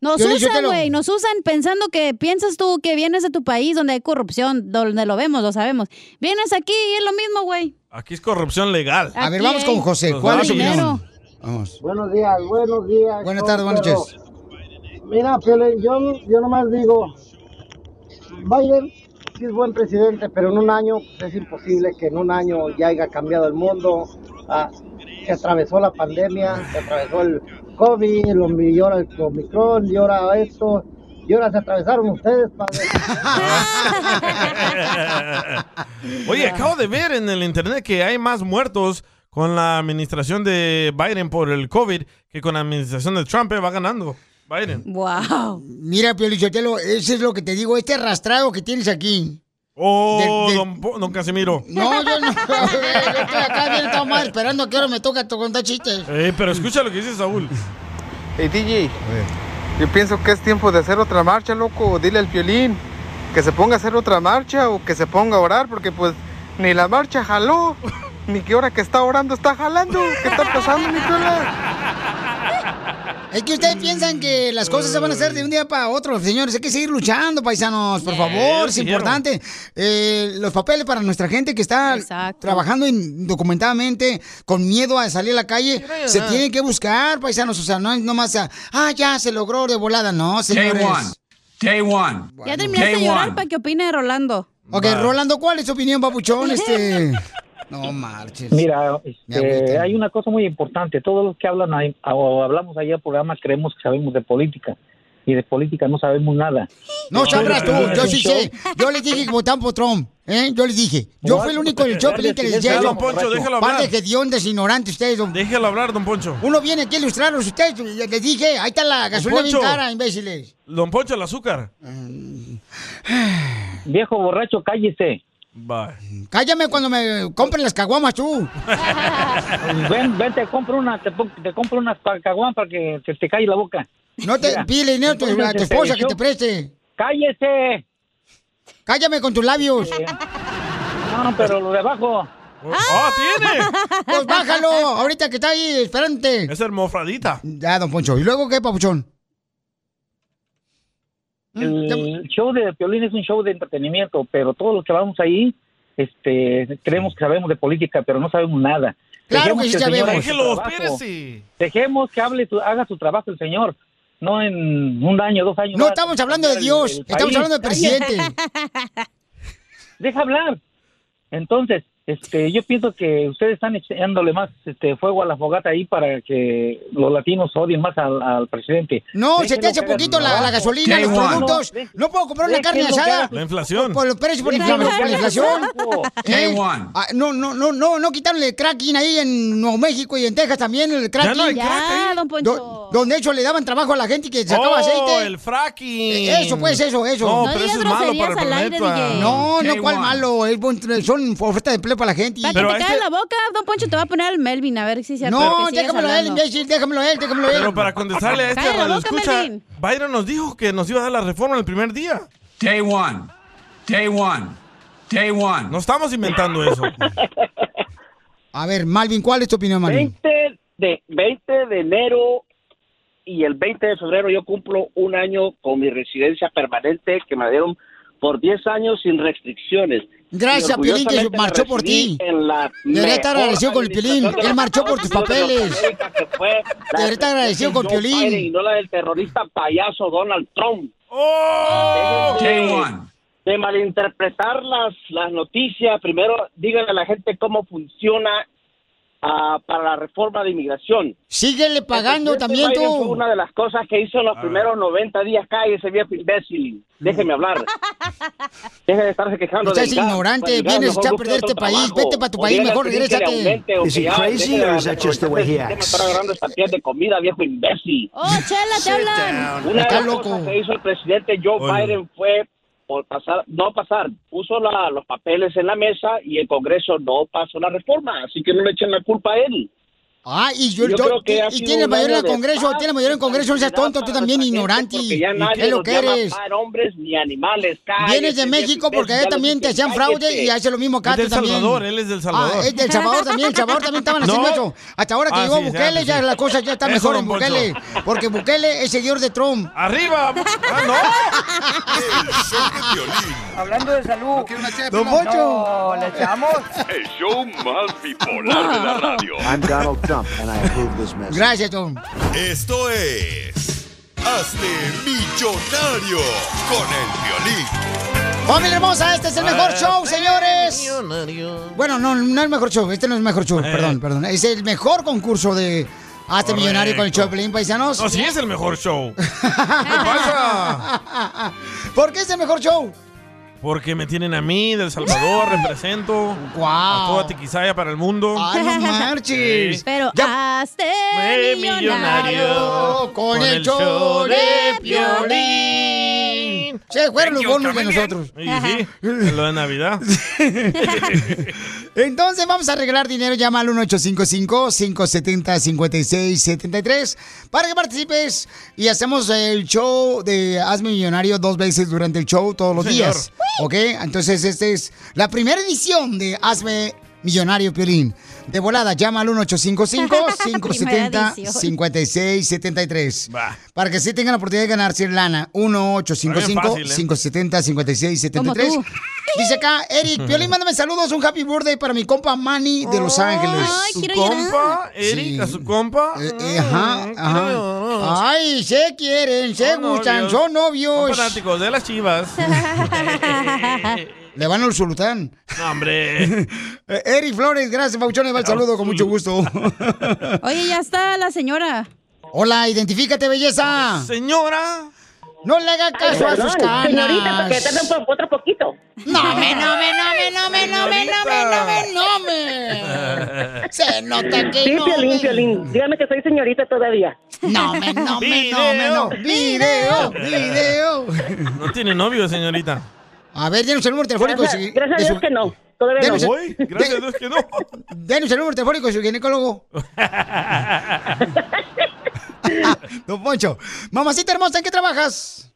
Speaker 4: Nos
Speaker 3: Yo le- yo te
Speaker 4: usan,
Speaker 3: lo-
Speaker 4: güey, nos usan pensando que piensas tú que vienes de tu país donde hay corrupción, donde lo vemos, lo sabemos. Vienes aquí y es lo mismo, güey.
Speaker 3: Aquí es corrupción legal.
Speaker 4: A ver, Aquí vamos con hay.
Speaker 2: José.
Speaker 3: Nos
Speaker 2: ¿Cuál
Speaker 3: da
Speaker 2: es su
Speaker 3: dinero.
Speaker 2: opinión?
Speaker 6: Buenos días, buenos días.
Speaker 2: Buenas tardes, buenas
Speaker 6: Pero,
Speaker 2: noches.
Speaker 6: Mira, Piolín, yo, yo nomás digo, Biden sí es buen presidente, pero en un año es imposible que en un año ya haya cambiado el mundo. Ah, se atravesó la pandemia, se atravesó el COVID, lo, y ahora el Omicron, y ahora esto, y ahora se atravesaron ustedes, padre.
Speaker 3: Oye, acabo de ver en el internet que hay más muertos con la administración de Biden por el COVID que con la administración de Trump eh, va ganando. Biden.
Speaker 4: Wow.
Speaker 2: Mira, Piolichotelo, eso es lo que te digo, este arrastrado que tienes aquí.
Speaker 3: Oh, don, Po- don Casimiro.
Speaker 2: No, yo no. Yo estoy acá bien tomado esperando a que ahora me toca to- contar chistes.
Speaker 3: Eh, pero escucha lo que dice Saúl.
Speaker 12: Hey, DJ, yo pienso que es tiempo de hacer otra marcha, loco. Dile al violín que se ponga a hacer otra marcha o que se ponga a orar, porque pues ni la marcha jaló, ni que ahora que está orando está jalando. ¿Qué está pasando, mi piola?
Speaker 2: Es que ustedes piensan que las cosas se van a hacer de un día para otro, señores. Hay que seguir luchando, paisanos, por favor. Es
Speaker 3: dijeron.
Speaker 2: importante. Eh, los papeles para nuestra gente que está trabajando indocumentadamente, con miedo a salir a la calle,
Speaker 25: Quiero
Speaker 2: se
Speaker 25: ayudar.
Speaker 2: tienen que buscar, paisanos. O sea, no es nomás, a, ah, ya se logró de volada. No,
Speaker 26: Day
Speaker 2: señores.
Speaker 26: one. Day one.
Speaker 4: Ya terminaste de
Speaker 26: Day
Speaker 4: llorar
Speaker 26: one.
Speaker 4: para que opine Rolando.
Speaker 2: Ok, Rolando, ¿cuál es tu opinión, papuchón? Este... No marches.
Speaker 27: Mira,
Speaker 2: Mi abuelita.
Speaker 27: este, hay una cosa muy importante. Todos los que hablan ahí, o hablamos allá al programa creemos que sabemos de política. Y de política no sabemos nada.
Speaker 2: No sabrás tú, yo sí
Speaker 27: Show.
Speaker 2: sé. Yo les dije que votaban por Trump. ¿eh? Yo les dije. Yo fui el único del show Pelín, que les dije.
Speaker 3: Don Poncho, déjalo hablar.
Speaker 2: Parte hediondas, ignorantes ustedes. don-
Speaker 3: Déjalo hablar, don Poncho.
Speaker 2: Uno viene aquí a ilustrarlos ustedes. Les les dije, ahí está la gasolina bien
Speaker 3: Poncho.
Speaker 2: cara, imbéciles.
Speaker 3: Don Poncho, el azúcar.
Speaker 27: Viejo borracho, cállese.
Speaker 2: Cállame cuando me compren las caguamas tú.
Speaker 27: Ven, ven, te compro una, te, pon- te compro unas pa- caguamas para que se te calle la boca.
Speaker 2: No te
Speaker 27: Mira.
Speaker 2: pide dinero a tu, a tu
Speaker 27: Entonces,
Speaker 2: esposa que
Speaker 27: yo-
Speaker 2: te preste.
Speaker 27: ¡Cállese!
Speaker 2: Cállame con tus labios.
Speaker 27: No, pero lo de abajo.
Speaker 3: ¡Ah, tiene!
Speaker 2: Pues bájalo, ahorita que está ahí, esperante.
Speaker 3: Es hermofradita.
Speaker 2: Ya, don Poncho. ¿Y luego qué, papuchón?
Speaker 27: El show de Piolín es un show de entretenimiento, pero todos los que vamos ahí, este, creemos que sabemos de política, pero no sabemos nada.
Speaker 2: Claro
Speaker 27: Dejemos
Speaker 2: que sí
Speaker 27: el señor haga
Speaker 2: sabemos.
Speaker 27: su
Speaker 15: Oh,
Speaker 27: trabajo. Dejemos que hable, su- haga su trabajo el señor, no en un año, dos años.
Speaker 2: No
Speaker 27: más.
Speaker 2: estamos hablando de
Speaker 27: El-
Speaker 2: Dios,
Speaker 27: el
Speaker 2: estamos
Speaker 27: país.
Speaker 2: hablando de presidente.
Speaker 27: Deja hablar. Entonces, este, yo pienso que ustedes están echándole más este, fuego a la fogata ahí para que los latinos odien más al, al presidente.
Speaker 2: No, se
Speaker 27: Déjenlo
Speaker 2: te hace
Speaker 27: que haga
Speaker 2: poquito
Speaker 27: su
Speaker 2: la, la
Speaker 27: trabajo.
Speaker 2: gasolina, los productos. No puedo comprar una
Speaker 27: Dejen
Speaker 2: carne
Speaker 27: lo que
Speaker 2: asada.
Speaker 27: haga. La inflación.
Speaker 2: Por, por los precios, por, la
Speaker 27: Dejen lo que
Speaker 2: inflación, por la
Speaker 27: haga su
Speaker 2: inflación.
Speaker 27: trabajo.
Speaker 2: ¿Eh?
Speaker 27: Day one.
Speaker 2: Ah, no, no, no, no, no quitaron el cracking ahí en Nuevo México y en Texas también el cracking.
Speaker 3: no hay Ya, crack
Speaker 4: don
Speaker 2: Poncho. donde de hecho le daban trabajo a la gente que sacaba
Speaker 3: oh,
Speaker 2: aceite.
Speaker 3: el fracking.
Speaker 2: Eh, Eso, pues, eso, eso.
Speaker 3: No, pero eso es malo para el planeta.
Speaker 2: No, no,
Speaker 3: Day
Speaker 2: ¿cuál
Speaker 3: one.
Speaker 2: malo? Es buen- son ofertas de empleo para la gente.
Speaker 4: Para que te
Speaker 3: este-
Speaker 4: cae la boca, Don Poncho, te va a poner al Melvin a ver si se
Speaker 2: No, déjamelo a él, imbécil, déjamelo a él, déjamelo a él.
Speaker 3: Pero para contestarle a este
Speaker 4: Cállate la
Speaker 3: radio
Speaker 4: boca,
Speaker 3: escucha,
Speaker 4: Melvin.
Speaker 3: Byron nos dijo que nos iba a dar la reforma el primer día.
Speaker 26: Day one. Day one. Day one.
Speaker 3: No estamos inventando eso.
Speaker 2: A ver, Malvin, ¿cuál es tu opinión, Malvin?
Speaker 27: 20 de, 20 de enero y el 20 de febrero yo cumplo un año con mi residencia permanente que me dieron por 10 años sin restricciones.
Speaker 2: Gracias,
Speaker 27: Y
Speaker 2: Piolín, que
Speaker 27: orgullosamente
Speaker 2: marchó
Speaker 27: me
Speaker 2: por ti.
Speaker 27: recibí en la
Speaker 2: Debería estar
Speaker 27: mejor
Speaker 2: agradecido con el Piolín.
Speaker 27: administración de
Speaker 2: Él
Speaker 27: la
Speaker 2: marchó por tus
Speaker 27: República de
Speaker 2: papeles.
Speaker 27: Norteamérica, que fue la
Speaker 2: Debería estar agradecido
Speaker 27: de
Speaker 2: con
Speaker 27: Joe
Speaker 2: Piolín.
Speaker 27: Biden Y no la del terrorista payaso Donald Trump.
Speaker 26: Day
Speaker 27: Déjense
Speaker 26: one.
Speaker 27: de malinterpretar las, las noticias, primero díganle a la gente cómo funciona ah, para la reforma de inmigración.
Speaker 2: Síguele pagando
Speaker 27: El presidente
Speaker 2: también
Speaker 27: Biden fue
Speaker 2: tú.
Speaker 27: Una de las cosas que hizo en los primeros 90 días, cállese viejo imbécil, déjeme hablar. Deje de estarse quejando.
Speaker 2: Usted
Speaker 27: del
Speaker 2: es
Speaker 27: gas,
Speaker 2: ignorante,
Speaker 27: del gas,
Speaker 2: vienes a
Speaker 27: mejor
Speaker 2: echar a
Speaker 27: busque
Speaker 2: perder
Speaker 27: otro
Speaker 2: este país,
Speaker 27: trabajo.
Speaker 2: vete pa' tu
Speaker 27: O
Speaker 2: país,
Speaker 27: dígale
Speaker 2: mejor
Speaker 27: al presidente que le
Speaker 2: regrésate.
Speaker 27: aumente, o
Speaker 2: Is
Speaker 27: que
Speaker 2: he
Speaker 27: ya
Speaker 2: crazy
Speaker 27: deje de
Speaker 2: or is that just the way he
Speaker 27: aprovecharse del
Speaker 2: acts?
Speaker 27: sistema para agarrando esta piel de comida, viejo imbécil.
Speaker 4: Oh, chela, te hablan.
Speaker 27: Una de
Speaker 2: Está
Speaker 27: las cosas que hizo el presidente Joe
Speaker 2: Oye.
Speaker 27: Biden fue por pasar, no pasar, puso la- los papeles en la mesa y el Congreso no pasó la reforma, así que no le echen la culpa a él.
Speaker 2: Ah, y yo,
Speaker 27: Yo
Speaker 2: yo-
Speaker 27: creo que ha
Speaker 2: y
Speaker 27: sido
Speaker 2: tiene
Speaker 27: un
Speaker 2: mayor en
Speaker 27: año de
Speaker 2: el Congreso,
Speaker 27: paz
Speaker 2: tiene mayor en el Congreso, no seas tonto, tú también ignorante.
Speaker 27: Porque ya
Speaker 2: ¿Y
Speaker 27: nadie
Speaker 2: ¿Qué es lo
Speaker 27: los
Speaker 2: que
Speaker 27: llama
Speaker 2: eres?
Speaker 27: para hombres ni animales.
Speaker 2: Vienes de
Speaker 27: Cállese,
Speaker 2: México
Speaker 27: viejo
Speaker 2: porque allá
Speaker 27: imbécil, ya
Speaker 2: también
Speaker 27: lo
Speaker 2: te hacían
Speaker 27: dijiste,
Speaker 2: fraude
Speaker 27: cállese.
Speaker 2: y hace lo mismo acá
Speaker 3: Es del
Speaker 2: tú también.
Speaker 3: Salvador, él es del Salvador.
Speaker 2: Ah, es del Salvador también, el Salvador también estaban haciendo
Speaker 3: No.
Speaker 2: eso. Hasta ahora que
Speaker 3: Ah,
Speaker 2: llegó
Speaker 3: sí,
Speaker 2: Bukele,
Speaker 3: sí,
Speaker 2: ya
Speaker 3: sí.
Speaker 2: la cosa ya está
Speaker 3: Eso,
Speaker 2: mejor en
Speaker 3: don Poncho.
Speaker 2: Bukele, porque Bukele es seguidor de Trump.
Speaker 3: ¡Arriba! Ah,
Speaker 11: Hablando de salud.
Speaker 2: Don
Speaker 11: No,
Speaker 2: Poncho.
Speaker 11: le echamos.
Speaker 28: El show más bipolar de la radio.
Speaker 11: I'm Donald Trump and I approve this message.
Speaker 2: Gracias, Tom.
Speaker 16: Esto es. Hazte millonario con el violín.
Speaker 2: Familia hermosa, este es el
Speaker 19: Eh.
Speaker 3: Eh.
Speaker 2: mejor show, señores. Bueno, no, no es el mejor show, este no es el
Speaker 3: Eh.
Speaker 2: mejor show, perdón, perdón. Es el mejor concurso de Hazte Millonario con el show de Pelín, paisanos.
Speaker 3: No, sí es el mejor show.
Speaker 2: ¿Por qué es el mejor show?
Speaker 3: Porque me tienen a mí, del Salvador, represento a toda Tiquizaya para el mundo.
Speaker 2: ¡Ah, no marches!
Speaker 4: Pero hazte
Speaker 3: Fue
Speaker 4: millonario con el show de
Speaker 2: Piolín. Se fueron los bonos de nosotros.
Speaker 3: Y sí, en lo de Navidad.
Speaker 2: Entonces vamos a arreglar dinero. Llama al 1855-570-5673 para que participes. Y hacemos el show de Hazme Millonario dos veces durante el show todos los
Speaker 3: Sí,
Speaker 2: días. ¿Ok? Entonces esta es la primera edición de Hazme Millonario Piolín. De volada, llama al 1855-570-5673. Para que sí tengan la oportunidad de ganarse lana.
Speaker 3: Está bien
Speaker 2: 1-855-570-5673.
Speaker 3: Como tú.
Speaker 2: Dice acá, Eric, Piolín, mándame saludos, un happy birthday para mi compa Manny de Los Ángeles.
Speaker 3: Su compa, Eric, a su compa.
Speaker 2: Eh, ajá, ajá. Ay, se quieren, se gustan, son
Speaker 3: Son
Speaker 2: novios.
Speaker 3: fanáticos de las chivas.
Speaker 2: Le van al sultán.
Speaker 3: No, hombre.
Speaker 2: Eh, Eric Flores, gracias, Pauchón, le va el saludo con mucho gusto.
Speaker 4: Oye, ya está la señora.
Speaker 2: Hola, identifícate, belleza.
Speaker 3: Señora.
Speaker 2: No le haga caso a sus canas.
Speaker 10: otro poquito.
Speaker 2: No me, no me, no me, no me, no me, no me, no me, no me. Se nota que
Speaker 10: Sí,
Speaker 2: no
Speaker 10: Piolín,
Speaker 2: me-
Speaker 10: Piolín. Dígame que soy señorita todavía.
Speaker 2: No me, no me, no me, no. Video, video.
Speaker 3: No tiene novio, señorita.
Speaker 2: A ver, denos el número telefónico.
Speaker 10: Gracias-
Speaker 2: de su-
Speaker 10: gracias a
Speaker 2: de su-
Speaker 10: Dios que no, todavía
Speaker 2: Denos
Speaker 10: no.
Speaker 2: el-
Speaker 10: Uy, gracias
Speaker 2: de-
Speaker 10: a Dios
Speaker 3: que no.
Speaker 2: Denos el número telefónico de su ginecólogo. Don Poncho. Mamacita hermosa, ¿en qué trabajas?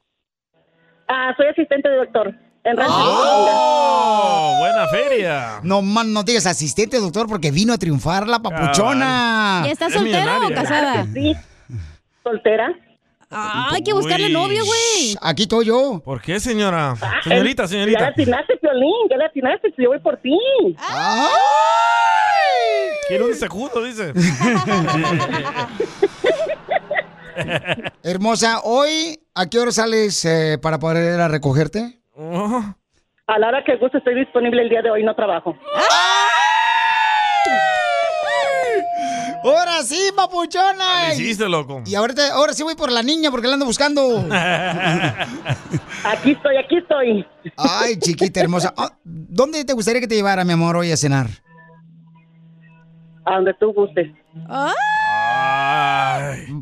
Speaker 10: Ah, soy asistente de doctor. En Rancho
Speaker 3: ¡Oh! ¡Buena feria!
Speaker 2: Ah. No más no digas asistente, doctor, porque vino a triunfar la papuchona.
Speaker 10: ¿Y estás Es soltera millonaria. o casada? Sí. Soltera.
Speaker 4: Ah, hay que
Speaker 3: Pues,
Speaker 4: buscarle novio, güey.
Speaker 2: Aquí estoy yo.
Speaker 3: ¿Por qué, señora? Señorita,
Speaker 10: Ya la
Speaker 3: señorita.
Speaker 10: atinaste, Piolín, ya la atinaste, yo voy por ti.
Speaker 2: Ah,
Speaker 3: Quiero un segundo, dice.
Speaker 2: Hermosa, hoy, ¿a qué hora sales eh, para poder ir a recogerte?
Speaker 3: Oh.
Speaker 10: A la hora que guste estoy disponible el día de hoy, no trabajo.
Speaker 2: ¡Ahora sí, papuchona!
Speaker 3: ¿Qué Ah, hiciste, loco?
Speaker 2: Y ahorita, ahora sí voy por la niña porque la ando buscando.
Speaker 10: Aquí estoy, aquí estoy.
Speaker 2: Ay, chiquita hermosa. Ah, ¿Dónde te gustaría que te llevara, mi amor, hoy a cenar?
Speaker 10: A donde tú gustes.
Speaker 4: Nadie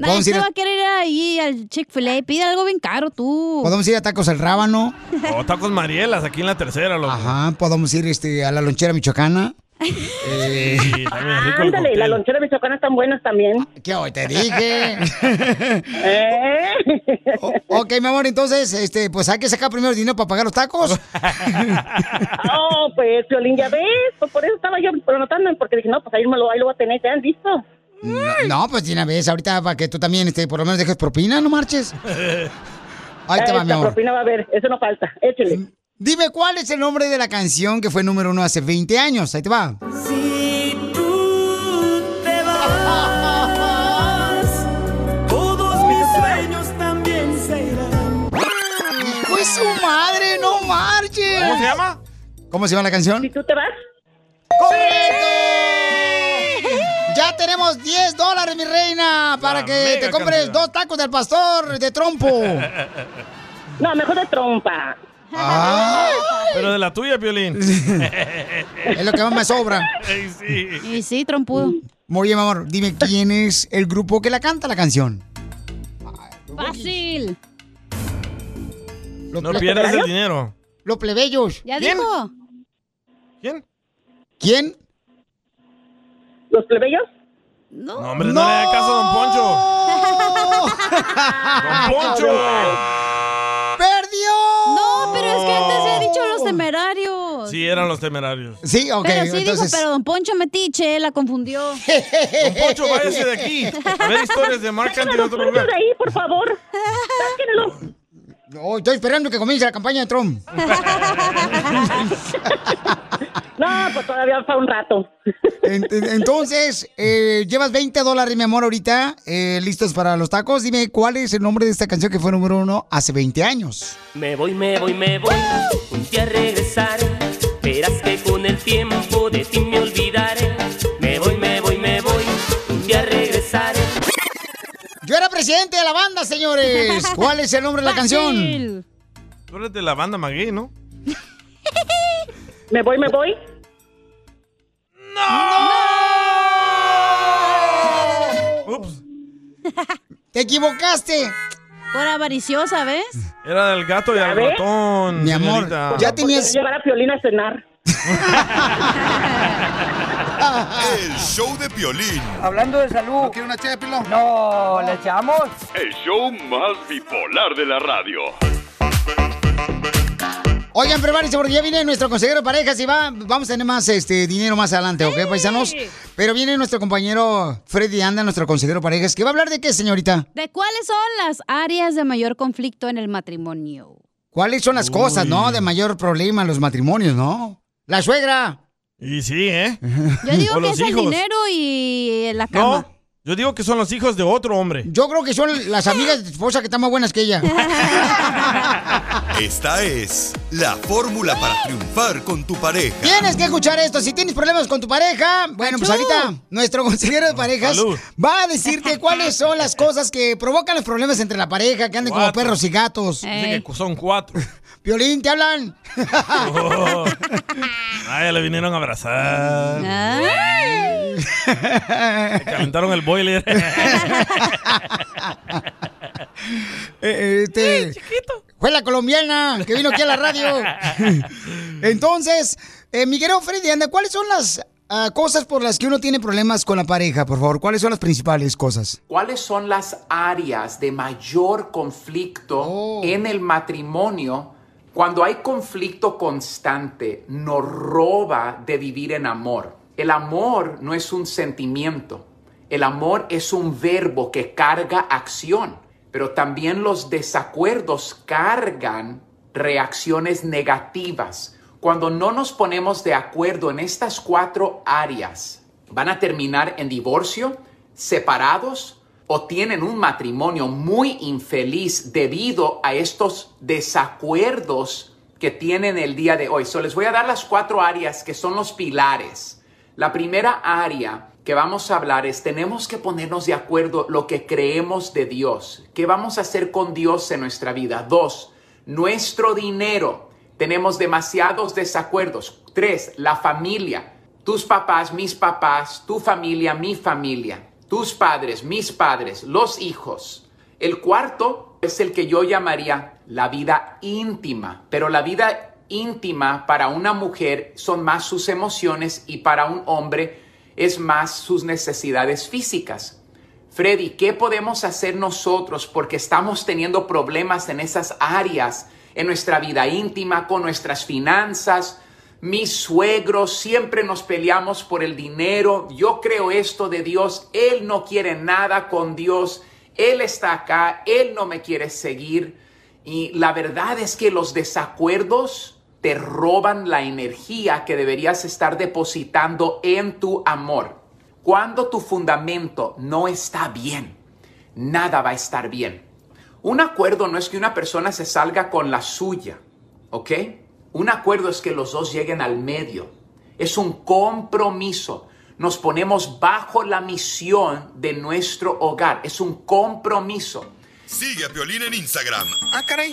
Speaker 2: Vamos a
Speaker 4: te
Speaker 2: ir a-
Speaker 4: va a querer ir ahí al Chick-fil-A. Pide algo bien caro, tú.
Speaker 2: Podemos ir a tacos al rábano.
Speaker 3: O Oh, tacos Marielas, aquí en la tercera, loco.
Speaker 2: Ajá, podemos ir este, a la lonchera michoacana. Eh,
Speaker 3: Sí, también rico el
Speaker 10: Ah, Ándale, la
Speaker 3: cóctel.
Speaker 10: lonchera michoacana están buenas también.
Speaker 2: ¿Qué hoy te dije?
Speaker 10: ¿Eh?
Speaker 2: O- ok, mi amor, entonces, este, pues hay que sacar primero el dinero para pagar los tacos.
Speaker 10: Oh, pues, Piolín, ya ves. Pues por eso estaba yo pronotando, porque dije, no, pues ahí me lo, ahí lo voy a tener, ya, listo.
Speaker 2: No, no, pues de una vez, ahorita para que tú también, este, por lo menos dejes propina, no marches. Ahí te va,
Speaker 10: Esta
Speaker 2: mi amor.
Speaker 10: este, propina va a haber, eso no falta, échale.
Speaker 2: Dime cuál es el nombre de la canción que fue número uno hace 20 años. Ahí te va.
Speaker 11: Si tú te vas, todos mis sueños también se irán.
Speaker 2: ¡Hijo de su madre, no marches!
Speaker 11: ¿Cómo se
Speaker 3: llama?
Speaker 2: ¿Cómo se llama la canción?
Speaker 10: ¿Y tú te vas?
Speaker 2: ¡Correcto! Ya tenemos 10 dólares, mi reina, para
Speaker 10: La
Speaker 2: que te
Speaker 10: mega
Speaker 2: compres
Speaker 10: cantidad.
Speaker 2: dos tacos del pastor de trompo.
Speaker 10: No, mejor de trompa. Ah.
Speaker 3: Ah. Pero de la tuya, Piolín.
Speaker 2: Es lo que más me sobra.
Speaker 3: Ey, sí.
Speaker 4: Y sí, trompudo.
Speaker 2: Muy bien, mi amor, dime quién es el grupo que la canta la canción.
Speaker 4: Fácil.
Speaker 3: No pierdas el dinero.
Speaker 2: Los plebeyos.
Speaker 4: Ya
Speaker 3: ¿Quién?
Speaker 4: dijo.
Speaker 3: ¿Quién?
Speaker 2: ¿Quién?
Speaker 10: ¿Los plebeyos?
Speaker 4: No.
Speaker 3: No, hombre, no, le hagas caso a Don
Speaker 2: ¡Oh!
Speaker 11: Ah,
Speaker 3: Poncho. ¡Don Poncho!
Speaker 2: ¡Perdió!
Speaker 4: No, pero es que antes había dicho los temerarios.
Speaker 3: Sí, eran los temerarios.
Speaker 2: Sí,
Speaker 4: pero sí dijo, pero don Poncho Metiche la confundió.
Speaker 3: Don Poncho, váyase de aquí. A ver historias de Mark Anthony en otro lugar.
Speaker 10: ahí, por favor. Sáquenlo.
Speaker 2: No, Oh, estoy esperando que comience la campaña de Trump.
Speaker 10: No, pues todavía fue un rato.
Speaker 2: entonces, eh, llevas 20 dólares, mi amor, ahorita, eh, listos para los tacos. Dime, ¿cuál es el nombre de esta canción que fue número uno hace 20 años?
Speaker 11: Me voy, me voy, me voy, un día regresaré. Verás que con el tiempo de ti me olvidaré. Me voy, me voy, me voy, un día regresaré.
Speaker 2: Yo era presidente de la banda, señores. ¿Cuál es el nombre de la canción?
Speaker 3: Tú eres de la banda Maguey, ¿no?
Speaker 10: ¿Me voy, me voy?
Speaker 2: Te equivocaste.
Speaker 4: Por avariciosa, ¿ves?
Speaker 3: Era del gato y al
Speaker 4: ¿Sabe?
Speaker 3: ratón.
Speaker 2: Mi amor,
Speaker 3: señorita.
Speaker 2: ya tenías-
Speaker 10: Llevar a Piolín a cenar.
Speaker 16: El show de Piolín.
Speaker 8: Hablando de salud. ¿No quiere una ché No, ¿le echamos?
Speaker 9: El show más bipolar de la radio.
Speaker 2: Oigan, prepárense porque ya viene nuestro consejero de parejas y va, vamos a tener más este dinero más adelante, ¿ok, paisanos? Pero viene nuestro compañero Freddy Anda, nuestro consejero de parejas, que va a hablar de qué, señorita.
Speaker 4: ¿De cuáles son las áreas de mayor conflicto en el matrimonio?
Speaker 2: ¿Cuáles son las cosas, no? De mayor problema en los matrimonios, ¿no? La suegra.
Speaker 3: Y sí, ¿eh?
Speaker 4: Yo digo
Speaker 3: O
Speaker 4: que
Speaker 3: los
Speaker 4: es el
Speaker 3: hijos.
Speaker 4: dinero y la cama.
Speaker 3: No, yo digo que son los hijos de otro hombre.
Speaker 2: Yo creo que son las amigas de tu esposa que están más buenas que ella.
Speaker 16: Esta es la fórmula para triunfar con tu pareja.
Speaker 2: Tienes que escuchar esto. Si tienes problemas con tu pareja, bueno, pues
Speaker 16: Achú.
Speaker 2: ahorita nuestro consejero de
Speaker 3: Ah,
Speaker 2: parejas
Speaker 16: Salud.
Speaker 2: va a decirte cuáles son las cosas que provocan los problemas entre la pareja, que anden como
Speaker 3: Cuatro.
Speaker 2: perros y gatos.
Speaker 3: Dice que son cuatro.
Speaker 2: Violín, te hablan.
Speaker 3: Oh. Ah, ya le vinieron a abrazar.
Speaker 2: ¿Ah?
Speaker 3: Le calentaron el boiler.
Speaker 2: Eh, este, Fue la colombiana que vino aquí a la radio. Entonces, eh, mi querido Freddy, anda, ¿cuáles son las ah, cosas por las que uno tiene problemas con la pareja, por favor? ¿Cuáles son las principales cosas?
Speaker 13: ¿Cuáles son las áreas de mayor conflicto en el matrimonio? Cuando hay conflicto constante, nos roba de vivir en amor. El amor no es un sentimiento. El amor es un verbo que carga acción, pero también los desacuerdos cargan reacciones negativas. Cuando no nos ponemos de acuerdo en estas cuatro áreas, van a terminar en divorcio, separados o tienen un matrimonio muy infeliz debido a estos desacuerdos que tienen el día de hoy. So, les voy a dar las cuatro áreas que son los pilares. La primera área que vamos a hablar es tenemos que ponernos de acuerdo lo que creemos de Dios. ¿Qué vamos a hacer con Dios en nuestra vida? Dos, nuestro dinero. Tenemos demasiados desacuerdos. Tres, la familia. Tus papás, mis papás, tu familia, mi familia. Tus padres, mis padres, los hijos. El cuarto es el que yo llamaría la vida íntima, pero la vida íntima para una mujer son más sus emociones y para un hombre es más sus necesidades físicas. Freddy, ¿qué podemos hacer nosotros porque estamos teniendo problemas en esas áreas, en nuestra vida íntima, con nuestras finanzas? Mis suegros siempre nos peleamos por el dinero. Yo creo esto de Dios. Él no quiere nada con Dios. Él está acá. Él no me quiere seguir. Y la verdad es que los desacuerdos te roban la energía que deberías estar depositando en tu amor. Cuando tu fundamento no está bien, nada va a estar bien. Un acuerdo no es que una persona se salga con la suya, ¿ok? Un acuerdo es que los dos lleguen al medio. Es un compromiso. Nos ponemos bajo la misión de nuestro hogar. Es un compromiso.
Speaker 16: Sigue a Piolín en Instagram.
Speaker 13: Ah, caray.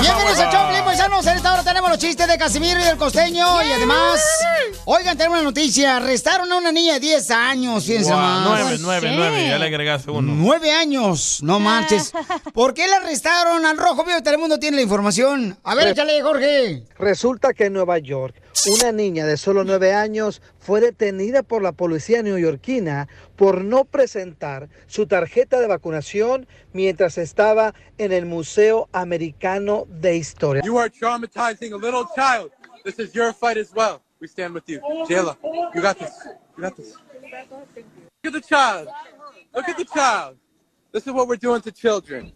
Speaker 2: Bienvenidos a Choplin, paisanos. En esta hora tenemos los chistes de Casimiro y del Costeño. Y además, Oigan, tenemos una noticia. Arrestaron a una niña de 10 años, fíjense
Speaker 3: Guau,
Speaker 2: más.
Speaker 3: nueve, Ah. nueve, nueve. Ya le agregaste uno.
Speaker 2: Nueve años, no marches. ¿Por qué la arrestaron al rojo? Vivo de Telemundo tiene la información. A ver, échale, Jorge.
Speaker 5: Resulta que en Nueva York, una niña de solo nueve años fue detenida por la policía neoyorquina por no presentar su tarjeta de vacunación mientras estaba en el Museo Americano de Historia.
Speaker 29: You are traumatizing a little child. This is your fight as well. We stand with you. Jayla, you got this. You got this. Look at the child. Look at the child. This is what we're doing to children.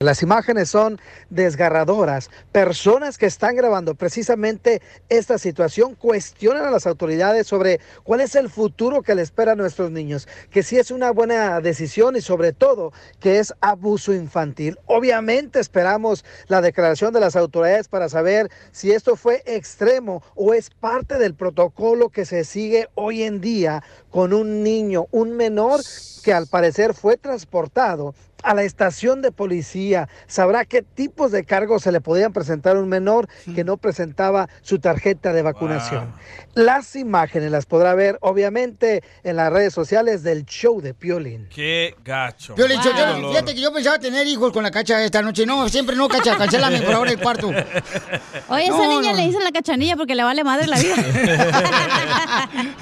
Speaker 5: Las imágenes son desgarradoras. Personas que están grabando precisamente esta situación cuestionan a las autoridades sobre cuál es el futuro que le espera a nuestros niños, que si es una buena decisión y sobre todo que es abuso infantil. Obviamente esperamos la declaración de las autoridades para saber si esto fue extremo o es parte del protocolo que se sigue hoy en día con un niño, un menor que al parecer fue transportado a la estación de policía. Sabrá qué tipos de cargos se le podían presentar a un menor que no presentaba su tarjeta de vacunación. Las imágenes las podrá ver, obviamente, en las redes sociales del show de Piolín.
Speaker 3: Qué gacho.
Speaker 2: Yo le
Speaker 3: Qué dolor.
Speaker 2: fíjate que yo pensaba tener hijos con la cacha esta noche. No, siempre no, cacha, cancelame por ahora el cuarto.
Speaker 4: Oye, esa
Speaker 2: No,
Speaker 4: niña
Speaker 2: no.
Speaker 4: le dicen la cachanilla porque le vale madre la vida.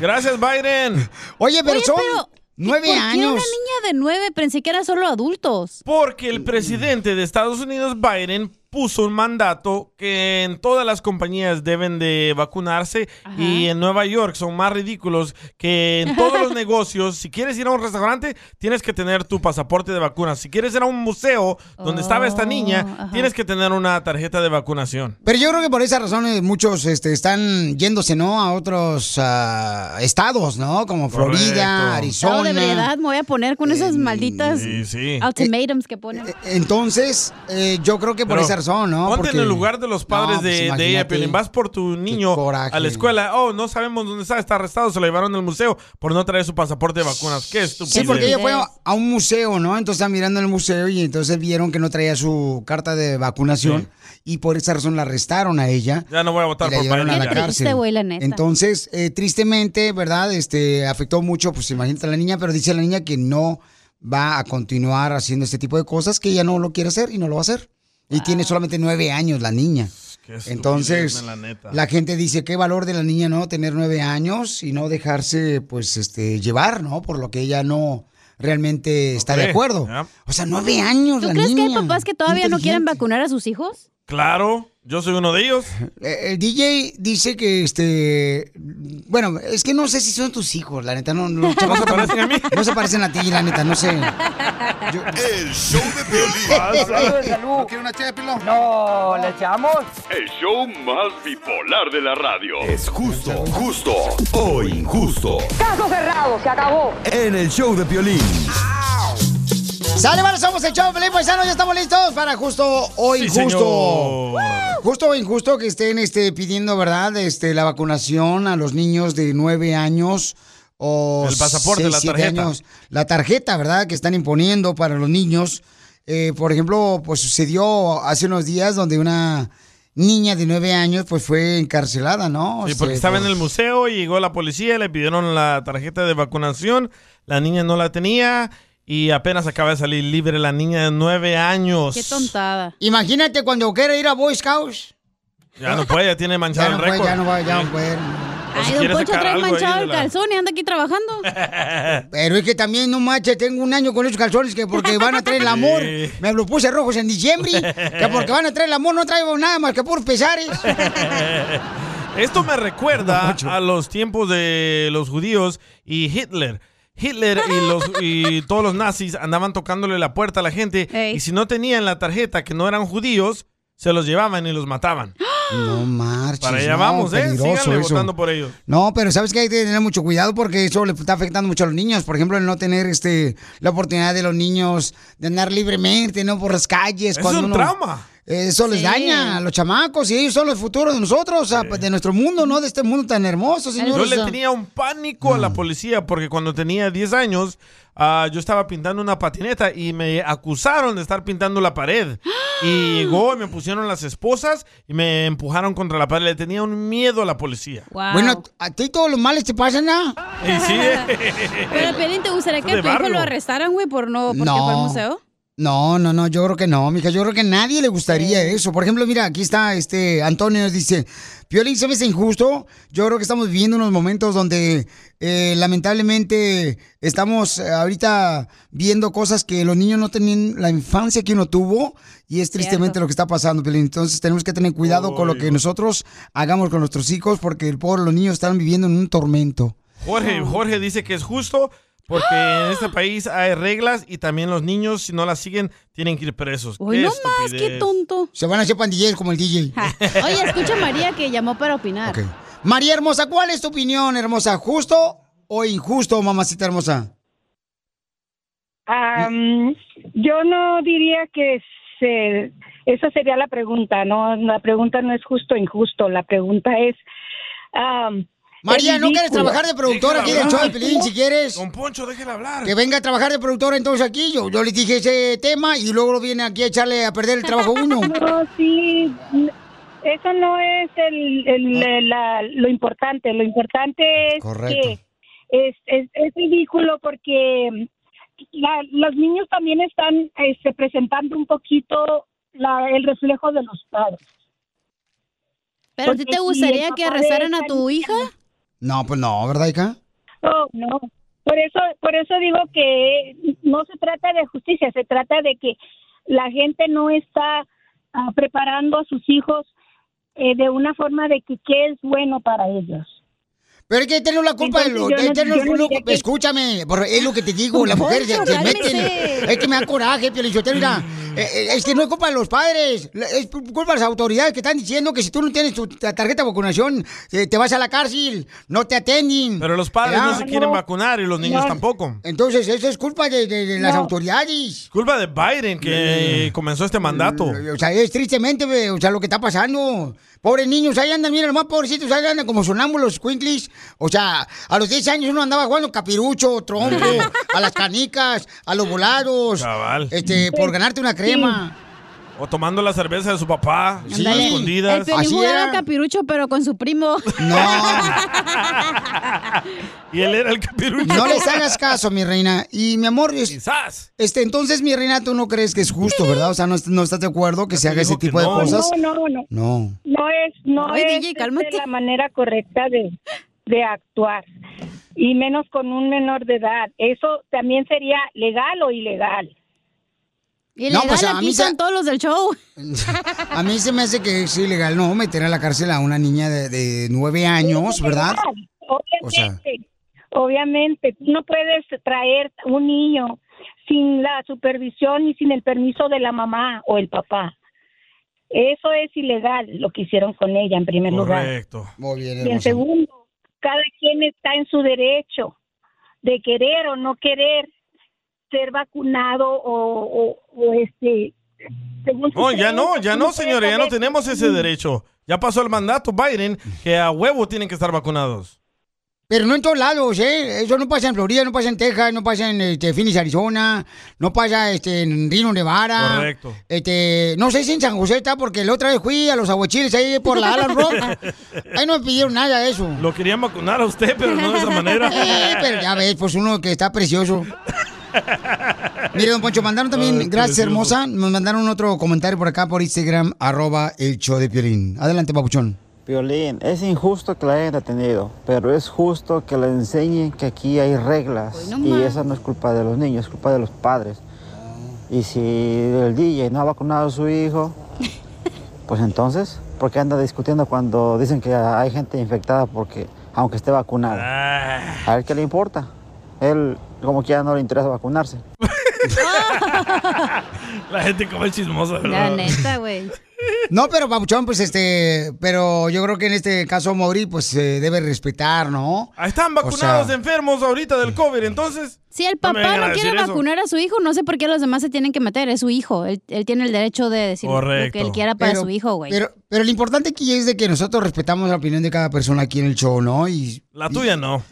Speaker 3: Gracias, Biden.
Speaker 2: Oye,
Speaker 4: pero Oye, son pero,
Speaker 3: nueve
Speaker 4: ¿Por qué una niña de nueve? Pensé que era solo adultos.
Speaker 3: Porque el presidente de Estados Unidos, Biden, puso un mandato que en todas las compañías deben de vacunarse y en Nueva York son más ridículos que en todos los negocios. Si quieres ir a un restaurante, tienes que tener tu pasaporte de vacuna. Si quieres ir a un museo donde estaba
Speaker 2: Oh,
Speaker 3: esta niña, tienes que tener una tarjeta de vacunación.
Speaker 2: Pero yo creo que por esas razones muchos este, están yéndose, ¿no? A otros ah, estados, ¿no? Como Florida,
Speaker 4: No, de
Speaker 2: Arizona.
Speaker 4: verdad, me voy a poner con esas malditas
Speaker 3: sí.
Speaker 4: ultimatums que
Speaker 2: Eh,
Speaker 4: ponen.
Speaker 2: Entonces, eh, yo creo que por
Speaker 3: Pero
Speaker 2: esa razón, ¿no?
Speaker 3: Ponte
Speaker 2: Porque-
Speaker 3: en el lugar de los padres
Speaker 2: No, pues,
Speaker 3: de, de ella,
Speaker 2: imagínate.
Speaker 3: Piolín. Vas por tu niño a la escuela. Oh, no sabemos dónde está, está arrestado, se lo llevaron al museo por no traer su pasaporte de vacunas. Qué estúpido.
Speaker 2: Sí, porque ella fue a- a un museo, ¿no? Entonces estaban mirando en el museo y entonces vieron que no traía su carta de vacunación y por esa razón la arrestaron a ella.
Speaker 3: Ya no voy a votar
Speaker 2: y la
Speaker 3: por
Speaker 2: llevaron a
Speaker 3: Biden.
Speaker 2: la cárcel. Entonces, eh, tristemente, ¿verdad? Este, afectó mucho, pues imagínate a la niña, pero dice la niña que no va a continuar haciendo este tipo de cosas, que ella no lo quiere hacer y no lo va a hacer. Y tiene solamente nueve años la niña.
Speaker 3: Qué estupidez,
Speaker 2: Entonces,
Speaker 3: la
Speaker 2: la,
Speaker 3: neta.
Speaker 2: gente dice, qué valor de la niña, ¿no? Tener nueve años y no dejarse, pues, este, llevar, ¿no? Por lo que ella no realmente está de
Speaker 3: cree,
Speaker 2: acuerdo.
Speaker 3: ya.
Speaker 2: O sea, nueve años
Speaker 4: ¿Tú
Speaker 2: la
Speaker 4: crees
Speaker 2: niña.
Speaker 4: que hay papás que todavía no quieren
Speaker 2: Inteligente.
Speaker 4: vacunar a sus hijos?
Speaker 3: Claro, yo soy uno de ellos.
Speaker 2: Eh, El DJ dice que este. Bueno, es que no sé si son tus hijos, la neta. No, no, chamacos, no se parecen a mí. No se parecen a ti, la neta, no sé.
Speaker 16: El show de Piolín.
Speaker 8: ¿No quiere una No, ¿le echamos?
Speaker 9: El show más bipolar de la radio.
Speaker 16: Es justo, justo o injusto.
Speaker 8: Caso cerrado, se acabó.
Speaker 16: En el show de Piolín.
Speaker 2: Sale, vale, somos el show, Felipe Paisano, ya estamos listos para justo o
Speaker 16: Sí,
Speaker 2: injusto.
Speaker 16: señor.
Speaker 2: justo o injusto que estén este, pidiendo, ¿verdad? Este, la vacunación a los niños de nueve años o
Speaker 3: El pasaporte,
Speaker 2: seis,
Speaker 3: la
Speaker 2: siete
Speaker 3: tarjeta.
Speaker 2: años. La tarjeta, ¿verdad? Que están imponiendo para los niños. Eh, por ejemplo, pues sucedió hace unos días donde una niña de nueve años pues fue encarcelada, ¿no?
Speaker 3: Sí,
Speaker 2: Este,
Speaker 3: porque estaba
Speaker 2: por-
Speaker 3: en el museo y llegó la policía, le pidieron la tarjeta de vacunación, la niña no la tenía y apenas acaba de salir libre la niña de nueve años.
Speaker 4: tontada.
Speaker 2: Imagínate cuando quiera ir a Boy Scouts.
Speaker 3: Ya no puede, ya tiene
Speaker 2: Ya
Speaker 3: manchado
Speaker 2: no
Speaker 3: el
Speaker 2: puede,
Speaker 3: récord.
Speaker 2: ya no puede, ya no puede.
Speaker 3: O si
Speaker 4: Ay, don
Speaker 3: quiere
Speaker 4: Poncho
Speaker 3: sacar
Speaker 4: trae
Speaker 3: algo ahí
Speaker 4: manchado
Speaker 3: de
Speaker 4: el
Speaker 3: la-
Speaker 4: calzón y anda aquí trabajando.
Speaker 2: Pero es que también, no manches, tengo un año con esos calzones que porque van a traer el amor.
Speaker 3: Sí.
Speaker 2: Me lo puse rojos en diciembre, que porque van a traer el amor no traigo nada más que puros pesares.
Speaker 3: Esto me recuerda a los tiempos de los judíos y Hitler. Hitler y, los, y todos los nazis andaban tocándole la puerta a la gente y si no tenían la tarjeta que no eran judíos, se los llevaban y los mataban.
Speaker 2: No marches.
Speaker 3: Para allá
Speaker 2: no,
Speaker 3: vamos, ¿eh?
Speaker 2: peligroso
Speaker 3: Síganle
Speaker 2: eso.
Speaker 3: votando por ellos.
Speaker 2: No, pero sabes que hay que tener mucho cuidado porque eso le está afectando mucho a los niños. Por ejemplo, el no tener este la oportunidad de los niños de andar libremente, no por las calles.
Speaker 3: Eso
Speaker 2: cuando
Speaker 3: es un
Speaker 2: uno-
Speaker 3: trauma.
Speaker 2: Eso les
Speaker 3: Sí.
Speaker 2: daña a los chamacos y ellos son los futuros de nosotros, o sea, pues, de nuestro mundo, ¿no? De este mundo tan hermoso, señores.
Speaker 3: Yo
Speaker 2: O
Speaker 3: le
Speaker 2: sea,
Speaker 3: tenía un pánico a
Speaker 2: Mm.
Speaker 3: la policía porque cuando tenía 10 años ah, yo estaba pintando una patineta y me acusaron de estar pintando la pared. Y llegó y me pusieron las esposas y me empujaron contra la pared. Le tenía un miedo a la policía.
Speaker 2: Bueno, a ti todos los males te pasan, ¿ah?
Speaker 3: Y sí,
Speaker 4: Pero, Pelín, ¿te gustaría que
Speaker 2: Eso
Speaker 4: tu
Speaker 2: de
Speaker 4: hijo
Speaker 2: barrio.
Speaker 4: lo arrestaran, güey, por no, porque
Speaker 2: No.
Speaker 4: fue al museo?
Speaker 2: No, no, no, yo creo que no, mija. Yo creo que a nadie le gustaría eso. Por ejemplo, mira, aquí está este Antonio nos dice, Piolín, se me hace injusto. Yo creo que estamos viviendo unos momentos donde eh, lamentablemente estamos eh, ahorita viendo cosas que los niños no tenían la infancia que uno tuvo y es tristemente lo que está pasando, Piolín. Entonces tenemos que tener cuidado con lo que nosotros hagamos con nuestros hijos porque pobre, los niños están viviendo en un tormento.
Speaker 3: Jorge, Jorge dice que es justo porque en este país hay reglas y también los niños, si no las siguen, tienen que ir presos.
Speaker 4: Uy, no más, qué
Speaker 3: estupidez.
Speaker 4: tonto.
Speaker 2: Se van a hacer pandilleros como el DJ.
Speaker 4: Oye, escucha a María que llamó para opinar.
Speaker 2: María hermosa, ¿cuál es tu opinión, hermosa? ¿Justo o injusto, mamacita hermosa?
Speaker 30: Am, yo no diría que se, esa sería la pregunta, no, la pregunta no es justo o injusto, la pregunta es... am,
Speaker 2: María,
Speaker 30: es
Speaker 2: ¿no quieres
Speaker 30: ridículo.
Speaker 2: trabajar de productora aquí del show de Pelín, si quieres?
Speaker 3: Don Poncho, déjela hablar.
Speaker 2: Que venga a trabajar de productora entonces aquí. Yo, yo le dije ese tema y luego viene aquí a echarle a perder el trabajo uno.
Speaker 30: No, sí, eso no es el, el- la- lo importante. Lo importante es
Speaker 18: Correcto.
Speaker 30: que es, es, es ridículo porque la- los niños también están este, presentando un poquito la- el reflejo de los padres.
Speaker 4: ¿Pero a ti
Speaker 30: Porque
Speaker 4: te
Speaker 30: si
Speaker 4: gustaría
Speaker 30: el
Speaker 4: que
Speaker 30: papá de
Speaker 4: arrestaran a
Speaker 30: esta
Speaker 4: tu
Speaker 30: niña
Speaker 4: hija?
Speaker 2: No, pues no, ¿verdad, hija?
Speaker 30: Oh, no. Por eso, por eso digo que no se trata de justicia, se trata de que la gente no está ah, preparando a sus hijos eh, de una forma de que qué es bueno para ellos.
Speaker 2: Pero es que tenemos la culpa de
Speaker 30: Entonces,
Speaker 2: lo-
Speaker 30: yo
Speaker 2: de
Speaker 30: no-
Speaker 2: tener-
Speaker 30: yo no
Speaker 2: lo-
Speaker 30: diría que-
Speaker 2: Escúchame, por- es lo que te digo, las mujeres se, se
Speaker 30: Cálmese.
Speaker 2: meten. Es que me da coraje, Piolichotero, mira. eh, eh, Es que no es culpa de los padres, la- es culpa de las autoridades que están diciendo que si tú no tienes tu ta- tarjeta de vacunación, eh, te vas a la cárcel, no te atenden.
Speaker 3: Pero los padres
Speaker 2: ¿verdad?
Speaker 3: no se quieren vacunar y los niños
Speaker 2: No.
Speaker 3: tampoco.
Speaker 2: Entonces, eso es culpa de, de- de las
Speaker 3: No.
Speaker 2: autoridades.
Speaker 3: Culpa de Biden que comenzó este mandato.
Speaker 2: Mm, O sea, es tristemente, ve, o sea, lo que está pasando. Pobres niños, ahí andan, mira, los más pobrecitos, ahí andan como sonámbulos, quintlis. O sea, a los 10 años uno andaba jugando capirucho, trompo, a las canicas, a los volados.
Speaker 3: Cabal.
Speaker 2: Este, por ganarte una crema.
Speaker 3: O tomando la cerveza de su papá,
Speaker 2: Sí.
Speaker 3: a
Speaker 4: El
Speaker 3: escondidas.
Speaker 4: Pelín jugaba capirucho, pero con su primo.
Speaker 3: Y él era el capirucho.
Speaker 2: No les hagas caso, mi reina. Y mi amor, es- este, entonces, mi reina, tú no crees que es justo, ¿verdad? O sea, no, no estás de acuerdo que se haga ese tipo de cosas.
Speaker 30: No, no, no.
Speaker 2: No.
Speaker 30: No es, no
Speaker 4: Ay,
Speaker 30: es
Speaker 4: DJ,
Speaker 30: este, la manera correcta de, de actuar. Y menos con un menor de edad. Eso también sería legal o ilegal.
Speaker 2: No, pues, a mí se-
Speaker 4: todos los del show.
Speaker 2: A mí se me hace que es ilegal, no, meter a la cárcel a una niña de, de nueve años, ¿verdad?
Speaker 30: Obviamente,
Speaker 2: O sea.
Speaker 30: obviamente, tú no puedes traer un niño sin la supervisión y sin el permiso de la mamá o el papá. Eso es ilegal lo que hicieron con ella en primer lugar.
Speaker 3: Correcto.
Speaker 2: Muy bien,
Speaker 30: Y en segundo, cada quien está en su derecho de querer o no querer ser vacunado o, o- o, este según su
Speaker 3: No, ya no,
Speaker 30: creencia,
Speaker 3: ya
Speaker 30: tú
Speaker 3: no,
Speaker 30: puedes
Speaker 3: señores, ya no
Speaker 30: saber-
Speaker 3: tenemos ese derecho. Ya pasó el mandato Biden que a huevo tienen que estar vacunados.
Speaker 2: Pero no en todos lados, ¿eh? Eso no pasa en Florida, no pasa en Texas, no pasa en este, Phoenix, Arizona, no pasa este, en Reno, Nevada.
Speaker 3: Correcto.
Speaker 2: Este, no sé si en San José está, porque la otra vez fui a los aguachiles ahí por la Alan Rock. Ahí no me pidieron nada de eso.
Speaker 3: Lo querían vacunar a usted, pero no de esa manera.
Speaker 2: Eh, pero ya ves, pues uno que está precioso. Mire, don Poncho, mandaron también,
Speaker 3: Ay,
Speaker 2: gracias
Speaker 3: precioso.
Speaker 2: hermosa, nos mandaron otro comentario por acá por Instagram, arroba el show de Piolín. Adelante, papuchón.
Speaker 21: Violín, es injusto que la hayan detenido, pero es justo que le enseñen que aquí hay reglas
Speaker 31: Hoy no
Speaker 21: y
Speaker 31: más.
Speaker 21: esa no es culpa de los niños, es culpa de los padres. Y si el DJ no ha vacunado a su hijo, pues entonces, ¿por qué anda discutiendo cuando dicen que hay gente infectada porque aunque esté vacunada?
Speaker 3: Ah.
Speaker 21: A él qué le importa. Él como quiera no le interesa vacunarse.
Speaker 3: La gente como es chismosa, ¿verdad?
Speaker 4: güey.
Speaker 2: No, pero Papuchón, pues este, pero yo creo que en este caso Mauri, pues se debe respetar, ¿no?
Speaker 3: Ahí Ah, Están vacunados enfermos ahorita del COVID, entonces.
Speaker 4: Si el
Speaker 3: No me
Speaker 4: papá
Speaker 3: vengan
Speaker 4: no,
Speaker 3: a
Speaker 4: quiere
Speaker 3: decir eso.
Speaker 4: vacunar a su hijo, no sé por qué los demás se tienen que meter. Es su hijo. Él, él tiene el derecho de decir lo
Speaker 2: Correcto.
Speaker 4: que él quiera para
Speaker 2: Pero-
Speaker 4: su hijo, güey.
Speaker 2: Pero, pero lo importante aquí es de que nosotros respetamos la opinión de cada persona aquí en el show, ¿no? Y
Speaker 3: La tuya no.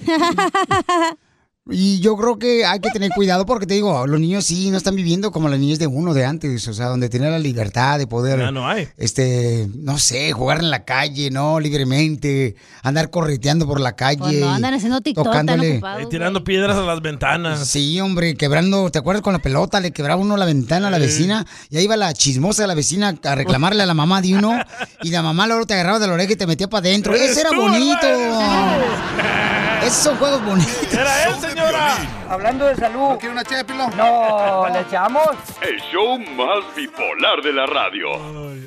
Speaker 2: Y yo creo que hay que tener cuidado porque te digo, los niños sí no están viviendo como las niñas de uno de antes, o sea, donde tenían la libertad de poder,
Speaker 3: Ya no hay.
Speaker 2: este, no sé, jugar en la calle, no, libremente, andar correteando por la calle.
Speaker 4: Pues no,
Speaker 2: y
Speaker 4: andan haciendo TikTok, tan
Speaker 2: tocándole-
Speaker 4: ocupados.
Speaker 3: Ahí tirando piedras a las ventanas.
Speaker 2: Sí, hombre, quebrando, ¿te acuerdas con la pelota? Le quebraba uno la ventana a la
Speaker 3: Sí.
Speaker 2: vecina y ahí iba la chismosa de la vecina a reclamarle a la mamá de uno y la mamá luego te agarraba de la oreja y te metía para adentro.
Speaker 3: Eres
Speaker 2: ¡Eso era
Speaker 3: tú,
Speaker 2: bonito! Esos son juegos bonitos.
Speaker 3: ¡Era él, señora!
Speaker 32: Hablando de salud. ¿Quiere una ché, Pilón? No, ¿le echamos?
Speaker 9: El show más bipolar de la radio.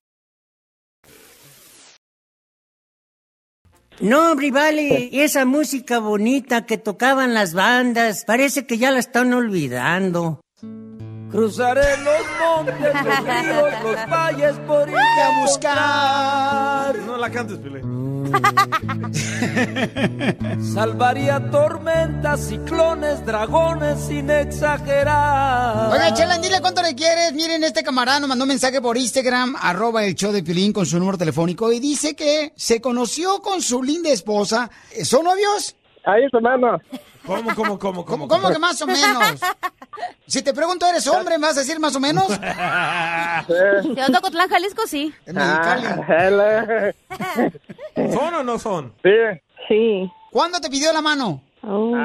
Speaker 30: No, hombre, vale, esa música bonita que tocaban las bandas, parece que ya la están olvidando.
Speaker 11: Cruzaré los montes, los ríos, los valles por irte a buscar.
Speaker 3: No la cantes, Pile.
Speaker 11: Salvaría tormentas, ciclones, dragones sin exagerar.
Speaker 2: Oiga, Chelan, dile cuánto le quieres. Miren, este camarada nos mandó un mensaje por Instagram, arroba el show de Piolín con su número telefónico y dice que se conoció con su linda esposa. ¿Son novios?
Speaker 31: Ahí es menos.
Speaker 3: ¿Cómo, cómo, cómo, cómo?
Speaker 2: ¿Cómo que más o menos? Si te pregunto, ¿eres hombre? ¿Me vas a decir más o menos?
Speaker 31: Sí.
Speaker 4: Yo toco Tlán, Jalisco, sí.
Speaker 31: Ah, hello.
Speaker 3: ¿Son o no son?
Speaker 31: Sí.
Speaker 4: Sí.
Speaker 2: ¿Cuándo te pidió la mano?
Speaker 31: el Oh,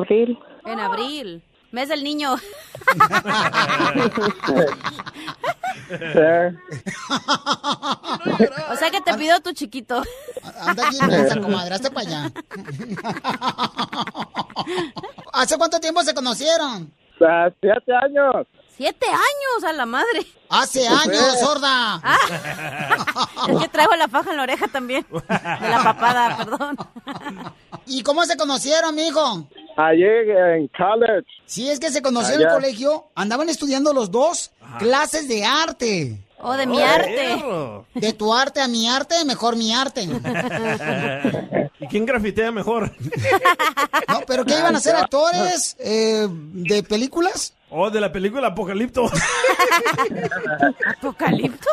Speaker 31: abril.
Speaker 2: ¡Ah!
Speaker 4: En abril. Mes del niño. o sea que te pido tu chiquito.
Speaker 2: Anda aquí, mensa, comadre, hasta para allá. ¿Hace cuánto tiempo se conocieron?
Speaker 31: Hace Ah, siete años.
Speaker 4: Siete años a la madre. Ah,
Speaker 2: Hace años, sorda.
Speaker 4: es que traigo la faja en la oreja también. De la papada, perdón.
Speaker 2: ¿Y cómo se conocieron, mijo?
Speaker 31: Allí en college.
Speaker 2: Si es que se conocieron en
Speaker 31: Allá.
Speaker 2: el colegio, andaban estudiando los dos clases de arte.
Speaker 4: O Oh, de mi arte.
Speaker 31: Oh.
Speaker 2: De tu arte a mi arte, mejor mi arte.
Speaker 3: ¿Y quién grafitea mejor?
Speaker 2: No, pero ¿qué iban a ser actores eh, de películas?
Speaker 3: Oh, de la película Apocalipto.
Speaker 4: ¿Apocalipto?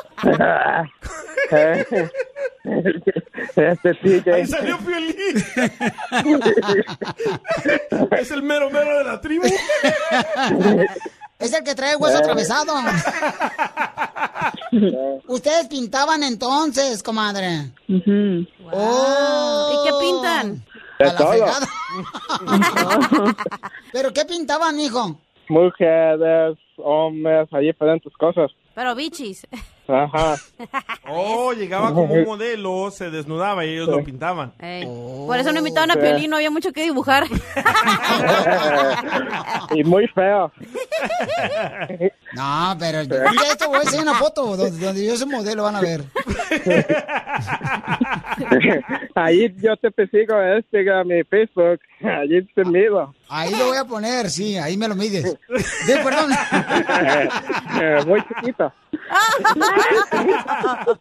Speaker 31: este
Speaker 3: Ahí
Speaker 31: DJ.
Speaker 3: salió Piolín. es el mero mero de la tribu.
Speaker 2: Es el que trae hueso atravesado. Ustedes pintaban entonces, comadre. Oh.
Speaker 4: ¿Y qué pintan?
Speaker 31: De
Speaker 2: A la
Speaker 31: todo.
Speaker 2: fregada. ¿Pero qué pintaban, hijo?
Speaker 31: Mujeres, hombres, hay diferentes cosas.
Speaker 4: Pero bichis.
Speaker 31: Ajá.
Speaker 3: Oh, llegaba como un modelo, se desnudaba y ellos lo pintaban.
Speaker 4: Ey. Oh, Por eso no invitaban a
Speaker 3: sí.
Speaker 4: Piolín, no había mucho que dibujar.
Speaker 31: y muy feo.
Speaker 2: No, pero mira esto, voy a enseñar una foto donde, donde yo soy modelo, van a ver.
Speaker 31: Ahí yo te persigo en Instagram y Facebook. Allí te mido.
Speaker 2: Ahí lo voy a poner, sí, ahí me lo mides. Sí, perdón.
Speaker 31: Eh, eh, muy chiquito.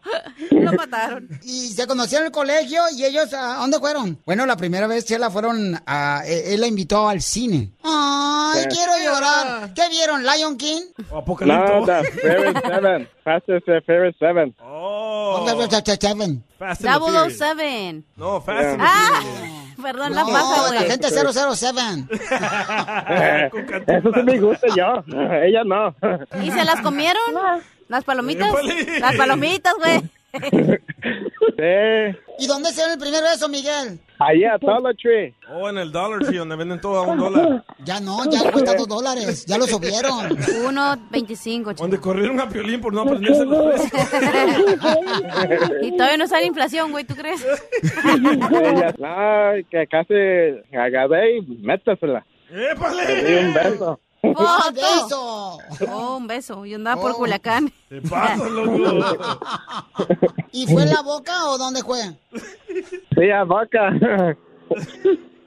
Speaker 4: lo mataron.
Speaker 2: Y se conocieron en el colegio y ellos, ¿a dónde fueron? Bueno, la primera vez Chela fueron, a, eh, él la invitó al cine. Ay,
Speaker 31: Sí.
Speaker 2: quiero llorar. ¿Qué vieron, Lion King?
Speaker 31: No, the Furious Seven. Fast as the Furious Seven.
Speaker 3: Fast and the Furious.
Speaker 4: 007.
Speaker 3: No, Fast and the
Speaker 4: Ah,
Speaker 3: Furious.
Speaker 4: perdón, la
Speaker 2: No,
Speaker 4: paja,
Speaker 2: la
Speaker 4: güey.
Speaker 2: gente 007.
Speaker 31: Eh, Este. eso sí me gusta yo. Ella no.
Speaker 4: ¿Y se las comieron? ¿Las palomitas?
Speaker 31: Épale.
Speaker 4: Las palomitas, güey.
Speaker 31: Sí.
Speaker 2: ¿Y dónde se dio el primer beso, Miguel?
Speaker 31: Ahí a Eh, Dollar Tree.
Speaker 3: O Oh, en el Dollar Tree, donde venden todo a un dólar.
Speaker 2: Ya no, ya cuesta dos dólares. Ya lo subieron.
Speaker 4: 1.25, chico.
Speaker 3: Donde corrieron a Piolín por no aprenderse los precios.
Speaker 4: Y todavía no está la inflación, güey, ¿tú crees?
Speaker 31: Ella, no, que casi agarré y métasela. Le di un beso.
Speaker 4: ¡Oh, beso! Oh, un beso. Yo andaba por Culiacán.
Speaker 3: Te pasas, loco.
Speaker 2: ¿Y fue en la boca o dónde fue?
Speaker 31: Sí, a boca.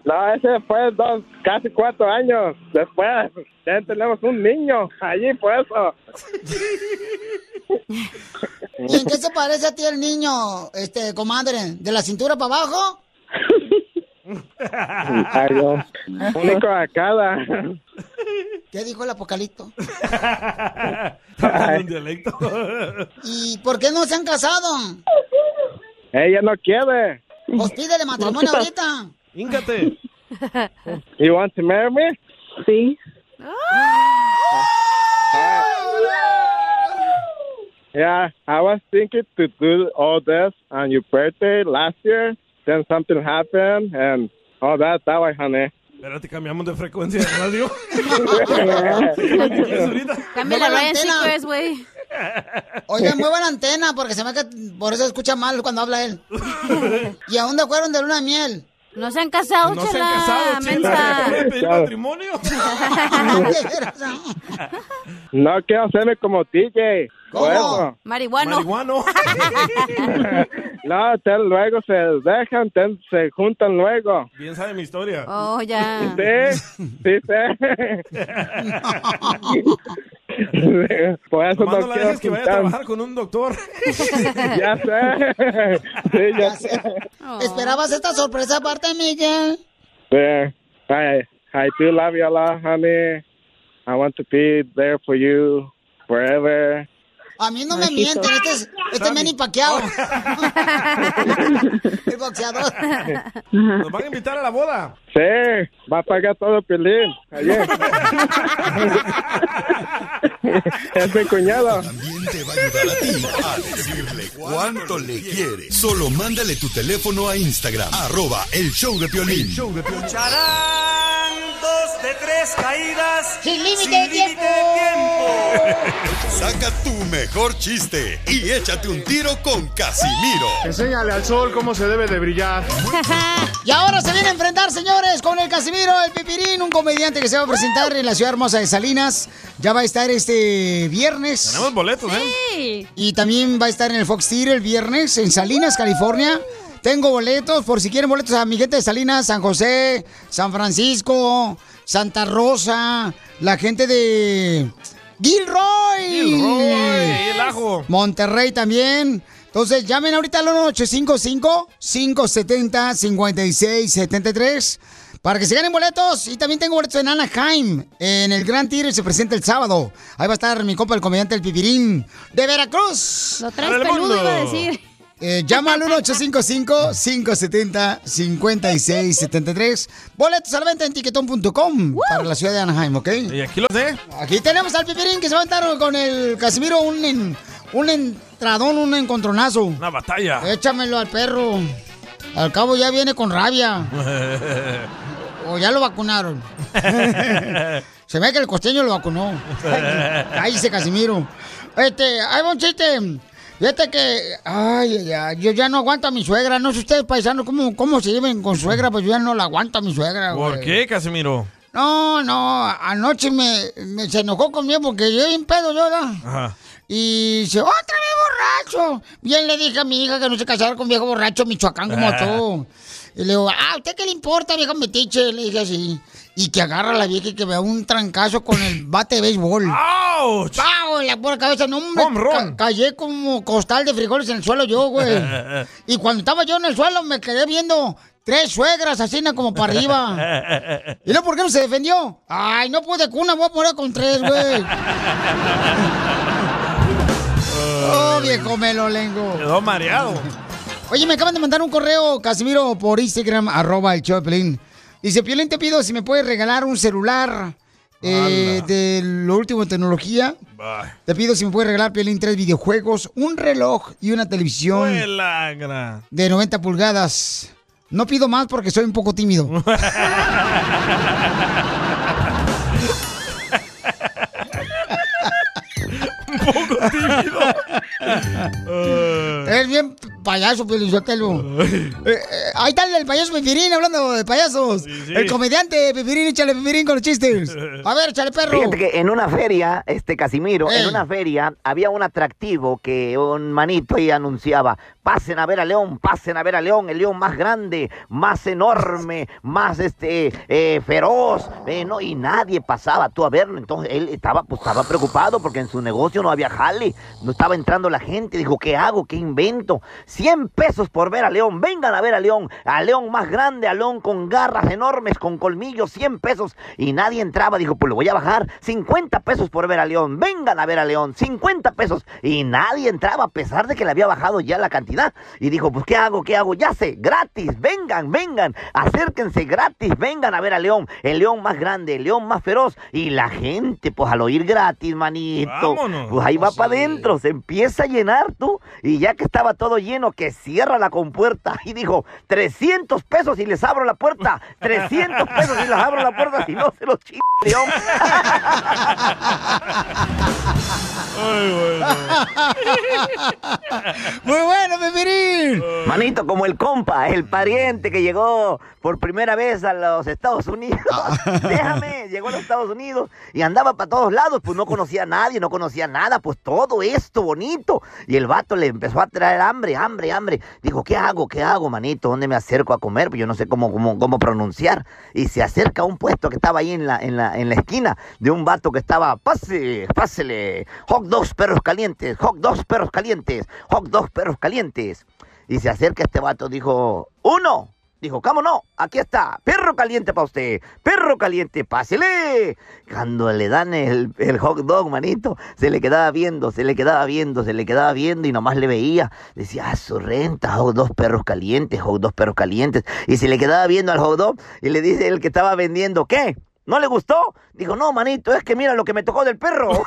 Speaker 31: No, ese fue dos, casi cuatro años. Después, ya tenemos un niño allí por eso.
Speaker 2: ¿Y en qué se parece a ti el niño, este, comadre? ¿De la cintura para abajo?
Speaker 31: Ay, Dios. Único a cada.
Speaker 2: ¿Qué dijo el apocalipto?
Speaker 3: Hablando en dialecto.
Speaker 2: ¿Y por qué no se han casado?
Speaker 31: Ella no quiere.
Speaker 2: Pues pídele matrimonio ahorita.
Speaker 3: Híncate.
Speaker 31: You want to marry me? Sí. Yeah, I was thinking to do all this on your birthday last year. Then something happened and all that. That way, honey.
Speaker 3: Espérate, cambiamos de frecuencia de radio.
Speaker 4: Cambia la
Speaker 2: Mueva la
Speaker 4: Ryan
Speaker 2: antena.
Speaker 4: Seacrest, pues, güey.
Speaker 2: Oigan, muevan la antena porque se me que por eso escucha mal cuando habla él. ¿Y aún de fueron de luna de miel?
Speaker 4: No se han casado,
Speaker 2: No
Speaker 4: chala.
Speaker 2: se han casado,
Speaker 4: mensa.
Speaker 31: chela. ¿Puede pedir matrimonio? No quiero hacerme como DJ. Por eso.
Speaker 4: Marihuano.
Speaker 3: Marihuano.
Speaker 31: No, te- luego se dejan, te- se juntan luego.
Speaker 3: Bien sabe mi historia.
Speaker 4: Oh, ya.
Speaker 31: Sí, sí, sí. Por eso
Speaker 3: Nomás no la
Speaker 31: no quiero
Speaker 3: dejes que vaya a
Speaker 31: juntar.
Speaker 3: trabajar con un doctor.
Speaker 31: Ya sé. Sí, ya sé.
Speaker 2: ¿Esperabas esta sorpresa aparte, Miguel?
Speaker 31: Yeah. I I do love you a lot, honey. I want to be there for you forever.
Speaker 2: A mí no me
Speaker 31: Maldito.
Speaker 2: mienten, este es, este es Manny Pacquiao. El boxeador.
Speaker 3: Nos van a invitar a la boda.
Speaker 31: Sí, va a pagar todo Pelín. Ayer. es mi cuñado.
Speaker 16: Te va a ayudar a ti a decirle cuánto le quiere. Solo mándale tu teléfono a Instagram, arroba el show de Piolín.
Speaker 24: Lucharán dos de tres caídas.
Speaker 2: Sin
Speaker 24: límite de tiempo.
Speaker 16: Saca tu mejor chiste y échate un tiro con Casimiro.
Speaker 6: Enséñale al sol cómo se debe de brillar.
Speaker 2: Y ahora se viene a enfrentar, señores, con el Casimiro, el Pipirín, un comediante que se va a presentar en la ciudad hermosa de Salinas. Ya va a estar este viernes.
Speaker 3: Tenemos boletos, ¿eh?
Speaker 2: Y también va a estar en el Fox Theater el viernes en Salinas, California. Tengo boletos, por si quieren boletos a mi gente de Salinas, San José, San Francisco, Santa Rosa, la gente de Gilroy.
Speaker 3: Gilroy, el ajo.
Speaker 2: Monterrey también. Entonces llamen ahorita al 1855-570-5673 para que se ganen boletos. Y también tengo boletos en Anaheim. En el Gran Tigre se presenta el sábado. Ahí va a estar mi compa, el comediante El Pipirín de Veracruz. Lo
Speaker 4: traes Para el peludo, mundo. iba a decir.
Speaker 2: Eh, llama al 1855-570-5673. Boletos a la venta en tiquetón.com para la ciudad de Anaheim, ¿ok?
Speaker 3: Y aquí los de.
Speaker 2: Aquí tenemos al Pipirín que se va a entrar con el Casimiro un, en- un entradón, un encontronazo.
Speaker 3: Una batalla.
Speaker 2: Échamelo al perro. Al cabo ya viene con rabia. O ya lo vacunaron. se ve que el costeño lo vacunó. Ahí se Casimiro. Este, hay un chiste. Fíjate que, ay, ay, ay, yo ya no aguanto a mi suegra. No sé ustedes, paisanos, cómo, cómo se lleven con suegra, pues yo ya no la aguanto a mi suegra.
Speaker 3: ¿Por
Speaker 2: güey.
Speaker 3: qué, Casimiro?
Speaker 2: No, no, anoche me, me- se enojó conmigo porque yo en pedo yo, ¿verdad?
Speaker 3: Ajá.
Speaker 2: Y dice, otra vez borracho. Bien le dije a mi hija que no se casara con viejo borracho michoacán como
Speaker 24: Ah.
Speaker 2: tú. Y le digo, ah, ¿a usted qué le importa, viejo metiche? Le dije así. Y que agarra a la vieja y que vea un trancazo con el bate de béisbol.
Speaker 3: ¡Auch!
Speaker 2: ¡Pau! En la pura cabeza, no, hombre.
Speaker 24: Home run.
Speaker 2: ca- callé como costal de frijoles en el suelo yo, güey. Y cuando estaba yo en el suelo me quedé viendo tres suegras así ¿no? como para arriba. ¿Y luego por qué no se defendió? Ay, no pude con una, voy a poner con tres, güey. Oh, viejo melo lengo.
Speaker 3: Quedó mareado.
Speaker 2: Oye, me acaban de mandar un correo, Casimiro, por Instagram, arroba el show de Piolín. Dice, Piolín, te pido si me puedes regalar un celular eh, de lo último en tecnología. Te pido si me puedes regalar, Piolín, tres videojuegos, un reloj y una televisión
Speaker 3: Lagra.
Speaker 2: de 90 pulgadas. No pido más porque soy un poco tímido.
Speaker 3: Un poco tímido.
Speaker 2: Es bien payaso, Pelizotelo. eh, ahí está el payaso Pepirín hablando de payasos.
Speaker 7: sí.
Speaker 2: El comediante Pepirín, échale Pepirín con los chistes. A ver, échale perro.
Speaker 7: Fíjate que en una feria, este Casimiro,
Speaker 2: Ey.
Speaker 7: en una feria había un atractivo que un manito ahí anunciaba, pasen a ver a León, pasen a ver a León, el león más grande, más enorme, más este eh, feroz, eh, no, y nadie pasaba tú a verlo, entonces él estaba, pues, estaba preocupado porque en su negocio no había jale, no estaba entrando la gente, dijo, ¿qué hago? ¿Qué invento? 100 pesos por ver a León, vengan a ver a León, a León más grande, a León con garras enormes, con colmillos, 100 pesos, y nadie entraba, dijo, pues lo voy a bajar, 50 pesos por ver a León, vengan a ver a León, 50 pesos, y nadie entraba, a pesar de que le había bajado ya la cantidad, y dijo, pues ¿qué hago? ¿Qué hago? Ya sé, gratis, vengan, vengan, acérquense gratis, vengan a ver a León, el León más grande, el León más feroz, y la gente, pues al oír gratis, manito,
Speaker 3: Vámonos.
Speaker 7: pues ahí va para adentro, se empieza a llenar tú, y ya que estaba todo lleno, que cierra la compuerta, y dijo, 300 pesos y les abro la puerta, 300 pesos y les abro la puerta, si no se los chingo, León.
Speaker 2: Muy bueno, Pepirín.
Speaker 7: Manito, como el compa, el pariente que llegó por primera vez a los Estados Unidos.
Speaker 2: Ah.
Speaker 7: Déjame, llegó a los Estados Unidos y andaba para todos lados, pues no conocía a nadie, no conocía nada, pues todo esto bonito. Y el vato le empezó a traer hambre, hambre, hambre. Dijo, ¿qué hago? ¿Qué hago, manito? ¿Dónde me acerco a comer? Pues yo no sé cómo, cómo, cómo pronunciar. Y se acerca a un puesto que estaba ahí en la, en la, en la esquina de un vato que estaba, pase, pásele, hot dogs perros calientes, hot dogs perros calientes, hot dogs perros calientes. Y se acerca este vato, dijo, uno. Dijo, ¿cómo no? Aquí está, perro caliente para usted, perro caliente, pásele. Cuando le dan el, el hot dog, manito, se le quedaba viendo, se le quedaba viendo, se le quedaba viendo y nomás le veía. Decía, ah, su renta, hot dos perros calientes, hot dos perros calientes. Y se le quedaba viendo al hot dog y le dice el que estaba vendiendo, ¿qué? ¿No le gustó? Dijo, no, manito, es que mira lo que me tocó del perro.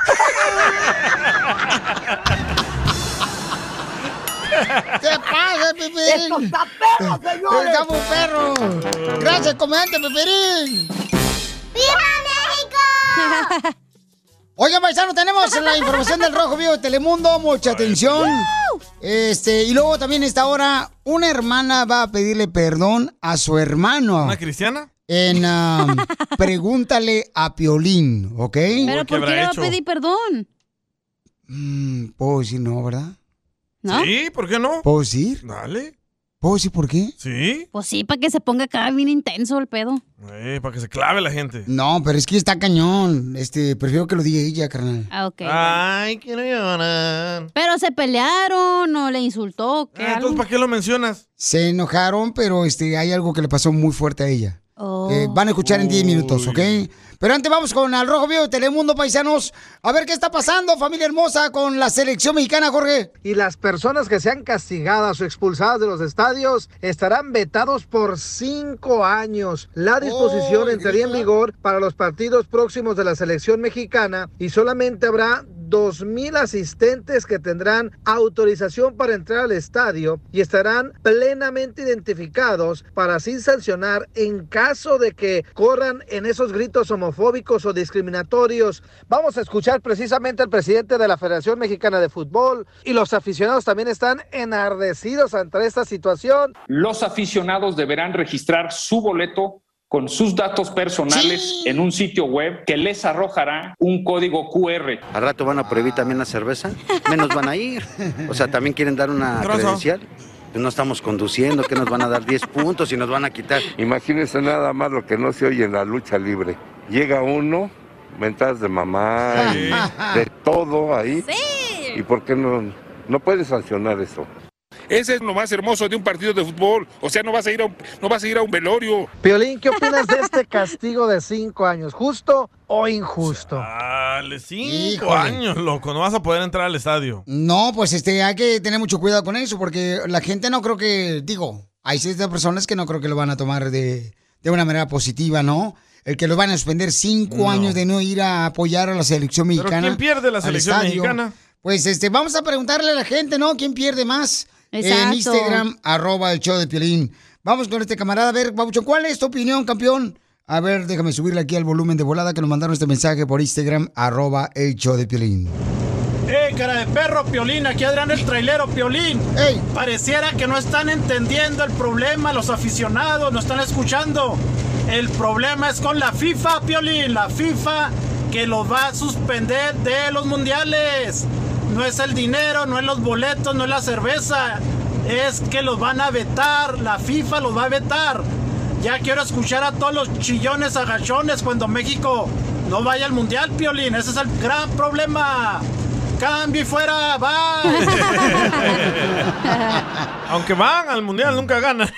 Speaker 2: ¿Qué pasa, Pepirín? ¡Esto está perro, señores! ¡Está muy perro! ¡Gracias, comediante Pepirín! ¡Viva México! Oigan, paisano, tenemos la información del Rojo Vivo de Telemundo. Mucha atención. Este, y luego también esta hora, una hermana va a pedirle perdón a su hermano.
Speaker 3: ¿Una cristiana?
Speaker 2: En ah, Pregúntale a Piolín, ¿ok?
Speaker 4: Pero ¿por qué le va a pedir perdón?
Speaker 2: Mm, Puedo decir no, ¿verdad? ¿Ah?
Speaker 4: ¿No?
Speaker 3: Sí, ¿por qué no?
Speaker 2: ¿Puedo decir?
Speaker 3: Dale.
Speaker 2: ¿Puedo decir por qué?
Speaker 3: Sí.
Speaker 4: Pues sí, para que se ponga acá bien intenso el pedo.
Speaker 3: Eh, para que se clave la gente.
Speaker 2: No, pero es que está cañón. Este, prefiero que lo diga ella, carnal.
Speaker 4: Ah, ok.
Speaker 3: Ay, quiero llorar.
Speaker 4: Pero se pelearon o le insultó. o ¿qué?
Speaker 3: Ah, entonces,
Speaker 4: algo?
Speaker 3: ¿para qué lo mencionas?
Speaker 2: Se enojaron, pero este, hay algo que le pasó muy fuerte a ella. Eh,
Speaker 4: Oh.
Speaker 2: van a escuchar en 10 minutos, ¿ok? Pero antes vamos con Al Rojo Vivo de Telemundo, paisanos. A ver qué está pasando, familia hermosa, con la selección mexicana, Jorge.
Speaker 5: Y las personas que sean castigadas o expulsadas de los estadios estarán vetados por cinco años. La disposición entraría en vigor para los partidos próximos de la selección mexicana y solamente habrá 2.000 asistentes que tendrán autorización para entrar al estadio y estarán plenamente identificados para así sancionar en caso de que corran en esos gritos homofóbicos o discriminatorios. Vamos a escuchar precisamente al presidente de la Federación Mexicana de Fútbol y los aficionados también están enardecidos ante esta situación.
Speaker 11: los aficionados deberán registrar su boleto con sus datos personales en un sitio web que les arrojará un código QR.
Speaker 12: Al rato van a prohibir también la cerveza, menos van a ir. O sea, también quieren dar una
Speaker 11: Trozo.
Speaker 12: credencial. No estamos conduciendo, que nos van a dar 10 puntos y nos van a quitar.
Speaker 23: Imagínense nada más lo que no se oye en la lucha libre. Llega uno, mentadas de mamá,
Speaker 12: Sí.
Speaker 23: y de todo ahí. ¿Y por qué no, no pueden sancionar eso?
Speaker 33: Ese es lo más hermoso de un partido de fútbol. O sea, no vas a ir a un, no vas a ir a un velorio.
Speaker 5: Piolín, ¿qué opinas de este castigo de cinco años? ¿Justo o injusto?
Speaker 3: Dale, cinco
Speaker 2: Híjole.
Speaker 3: años, loco. No vas a poder entrar al estadio.
Speaker 2: No, pues este, hay que tener mucho cuidado con eso, porque la gente no creo que, digo, hay ciertas personas que no creo que lo van a tomar de, de una manera positiva, ¿no? el que los van a suspender cinco años de no ir a apoyar a la selección mexicana.
Speaker 3: ¿quién pierde la
Speaker 2: al
Speaker 3: selección
Speaker 2: estadio.
Speaker 3: mexicana?
Speaker 2: Pues este, vamos a preguntarle a la gente, ¿no? ¿Quién pierde más? En
Speaker 4: Exacto.
Speaker 2: Instagram, arroba el show de Piolín. Vamos con este camarada. A ver, Babuchón, ¿cuál es tu opinión, campeón? A ver, déjame subirle aquí al volumen de volada que nos mandaron este mensaje por Instagram, arroba el show de Piolín.
Speaker 10: ¡Ey, Eh, cara de perro, Piolín! Aquí Adrián el trailero, Piolín. Pareciera que no están entendiendo el problema, los aficionados no están escuchando. El problema es con la FIFA, Piolín. La FIFA que los va a suspender de los mundiales. No es el dinero, no es los boletos, no es la cerveza. Es que los van a vetar, la FIFA los va a vetar. Ya quiero escuchar a todos los chillones agachones cuando México no vaya al mundial, Piolín. Ese es el gran problema. Cambio y fuera, bye.
Speaker 3: Aunque van al mundial, nunca ganan.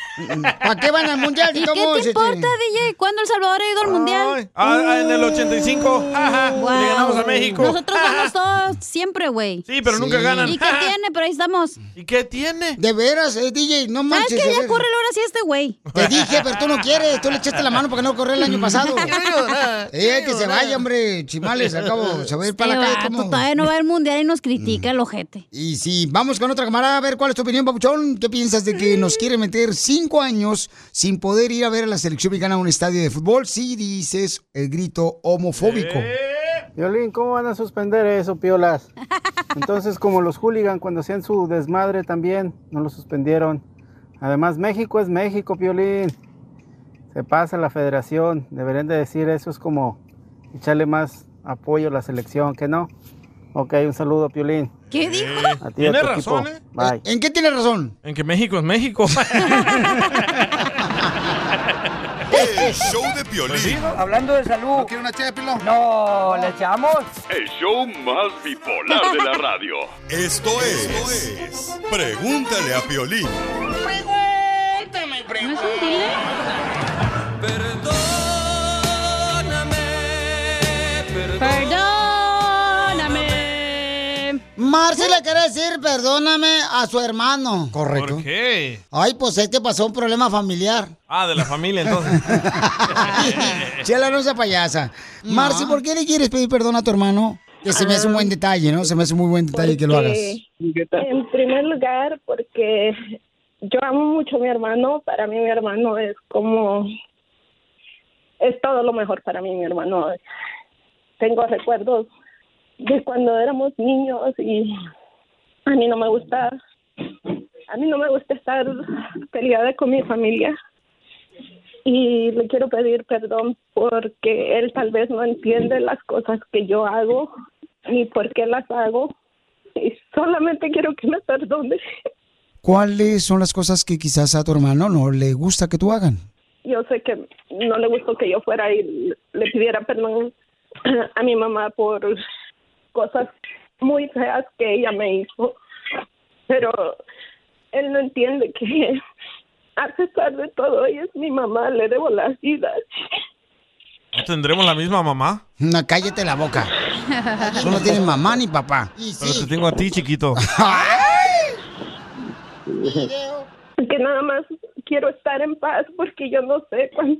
Speaker 2: ¿Para qué van al mundial? este?
Speaker 4: ¿Y qué te importa, DJ? ¿Cuándo El Salvador ha ido al mundial?
Speaker 3: Ah, en el 85, ajá, le ganamos a México.
Speaker 4: Nosotros vamos todos siempre, güey.
Speaker 3: Sí, pero nunca ganan.
Speaker 4: ¿Y qué tiene? Pero ahí estamos.
Speaker 3: ¿Y qué tiene?
Speaker 2: De veras, eh, DJ, no manches.
Speaker 4: ¿Sabes qué?
Speaker 2: a
Speaker 4: Ya
Speaker 2: ver.
Speaker 4: corre la hora sí este güey.
Speaker 2: Te dije, pero tú no quieres, tú le echaste la mano para que no correr el año pasado. eh, que se vaya, hombre, chimales, al cabo, se va a ir para la
Speaker 4: Este
Speaker 2: calle.
Speaker 4: vato
Speaker 2: ¿cómo?
Speaker 4: todavía no va al mundial y nos critica el ojete.
Speaker 2: Y si vamos con otra camarada, a ver cuál es tu opinión, Papuchón. ¿Qué piensas de que nos quiere meter cinco años sin poder ir a ver a la selección mexicana a un estadio de fútbol si dices el grito homofóbico?
Speaker 13: Violín, ¿cómo van a suspender eso, piolas? Entonces, como los hooligan cuando hacían su desmadre también, no lo suspendieron. Además, México es México, Piolín. Se pasa la federación. Deberían de decir eso es como echarle más apoyo a la selección, que no. Ok, un saludo, Piolín.
Speaker 4: ¿Qué dijo?
Speaker 13: A ti y a
Speaker 3: Tiene
Speaker 13: tu equipo.
Speaker 3: razón, ¿eh?
Speaker 13: Bye.
Speaker 2: ¿En qué tiene razón?
Speaker 3: En que México es México.
Speaker 16: El show de Piolín.
Speaker 8: Hablando de salud. ¿No una No, ¿le echamos?
Speaker 9: El show más bipolar de la radio.
Speaker 16: Esto es Pregúntale a Piolín.
Speaker 24: Pregúntame, pregúntame.
Speaker 4: Perdóname.
Speaker 2: Marci le quiere decir perdóname a su hermano. Correcto.
Speaker 3: ¿Por qué?
Speaker 2: Ay, pues es que pasó un problema familiar.
Speaker 3: Ah, de la familia, entonces. Eh.
Speaker 2: Chela no sea payasa. Marci, ¿por qué le quieres pedir perdón a tu hermano? Que se me hace un buen detalle, ¿no? Se me hace muy buen detalle que lo hagas.
Speaker 29: Porque, En primer lugar, porque yo amo mucho a mi hermano. Para mí, mi hermano es como. Es todo lo mejor para mí, mi hermano. Tengo recuerdos de cuando éramos niños y a mí no me gusta. A mí no me gusta estar peleada con mi familia. Y le quiero pedir perdón porque él tal vez no entiende las cosas que yo hago ni por qué las hago. Y solamente quiero que me perdone.
Speaker 2: ¿Cuáles son las cosas que quizás a tu hermano no le gusta que tú hagan?
Speaker 29: Yo sé que no le gustó que yo fuera y le pidiera perdón a mi mamá por cosas muy feas que ella me hizo. Pero él no entiende que a pesar de todo, ella es mi mamá, le debo las vidas.
Speaker 3: ¿No tendremos la misma mamá?
Speaker 2: No, cállate la boca. Tú no tienes mamá ni papá.
Speaker 3: Pero te tengo a ti, chiquito.
Speaker 29: que nada más quiero estar en paz porque yo no sé cuán-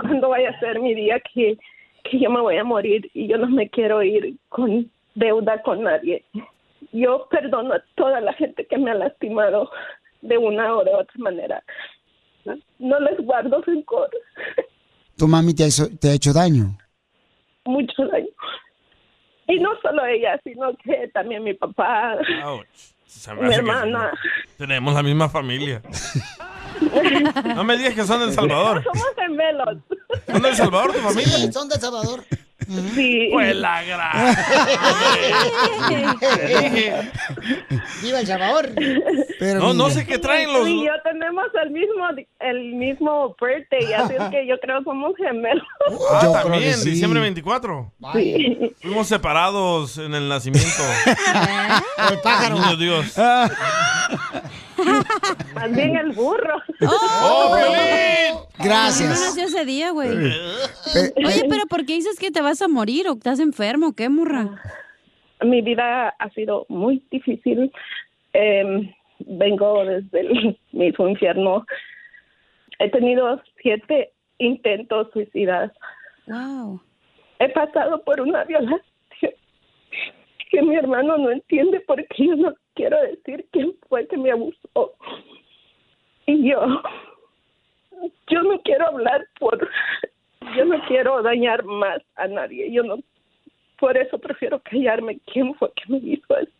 Speaker 29: cuándo, vaya a ser mi día que, que yo me voy a morir y yo no me quiero ir con deuda con nadie. Yo perdono a toda la gente que me ha lastimado de una o de otra manera. No les guardo rencor,
Speaker 2: Tu mami te ha, hizo- te ha hecho daño.
Speaker 29: mucho daño. Y no solo ella, sino que también mi papá,
Speaker 3: Ouch. Se me
Speaker 29: mi
Speaker 3: hace que
Speaker 29: hermana.
Speaker 3: Tenemos la misma familia. No me digas que son de El Salvador.
Speaker 29: Somos gemelos.
Speaker 3: ¿Son de El Salvador tu familia?
Speaker 2: son de Salvador.
Speaker 29: Sí.
Speaker 3: Pues la gran- Te dije.
Speaker 2: ¡Viva El Salvador!
Speaker 3: No, no sé qué traen los...
Speaker 29: Tú y yo tenemos el mismo, el mismo birthday, así es que yo creo que somos gemelos.
Speaker 3: Ah,
Speaker 29: Yo creo
Speaker 3: también,
Speaker 29: que sí.
Speaker 3: diciembre 24.
Speaker 29: Sí.
Speaker 3: Fuimos separados en el nacimiento. Pues,
Speaker 2: el pájaro. Ah.
Speaker 3: Niño Dios.
Speaker 29: Más bien el burro.
Speaker 3: ¡Oh, Piolín!
Speaker 4: No nació ese día, güey. Oye, pero ¿por qué dices que te vas a morir o estás enfermo? ¿Qué murra?
Speaker 29: Mi vida ha sido muy difícil. Em, vengo desde el mismo infierno. He tenido siete intentos suicidas.
Speaker 4: Wow.
Speaker 29: He pasado por una violación que mi hermano no entiende porque yo no quiero decir quién fue que me abusó. Y yo, yo no quiero hablar por, yo no quiero dañar más a nadie. Yo no, por eso prefiero callarme quién fue que me hizo eso.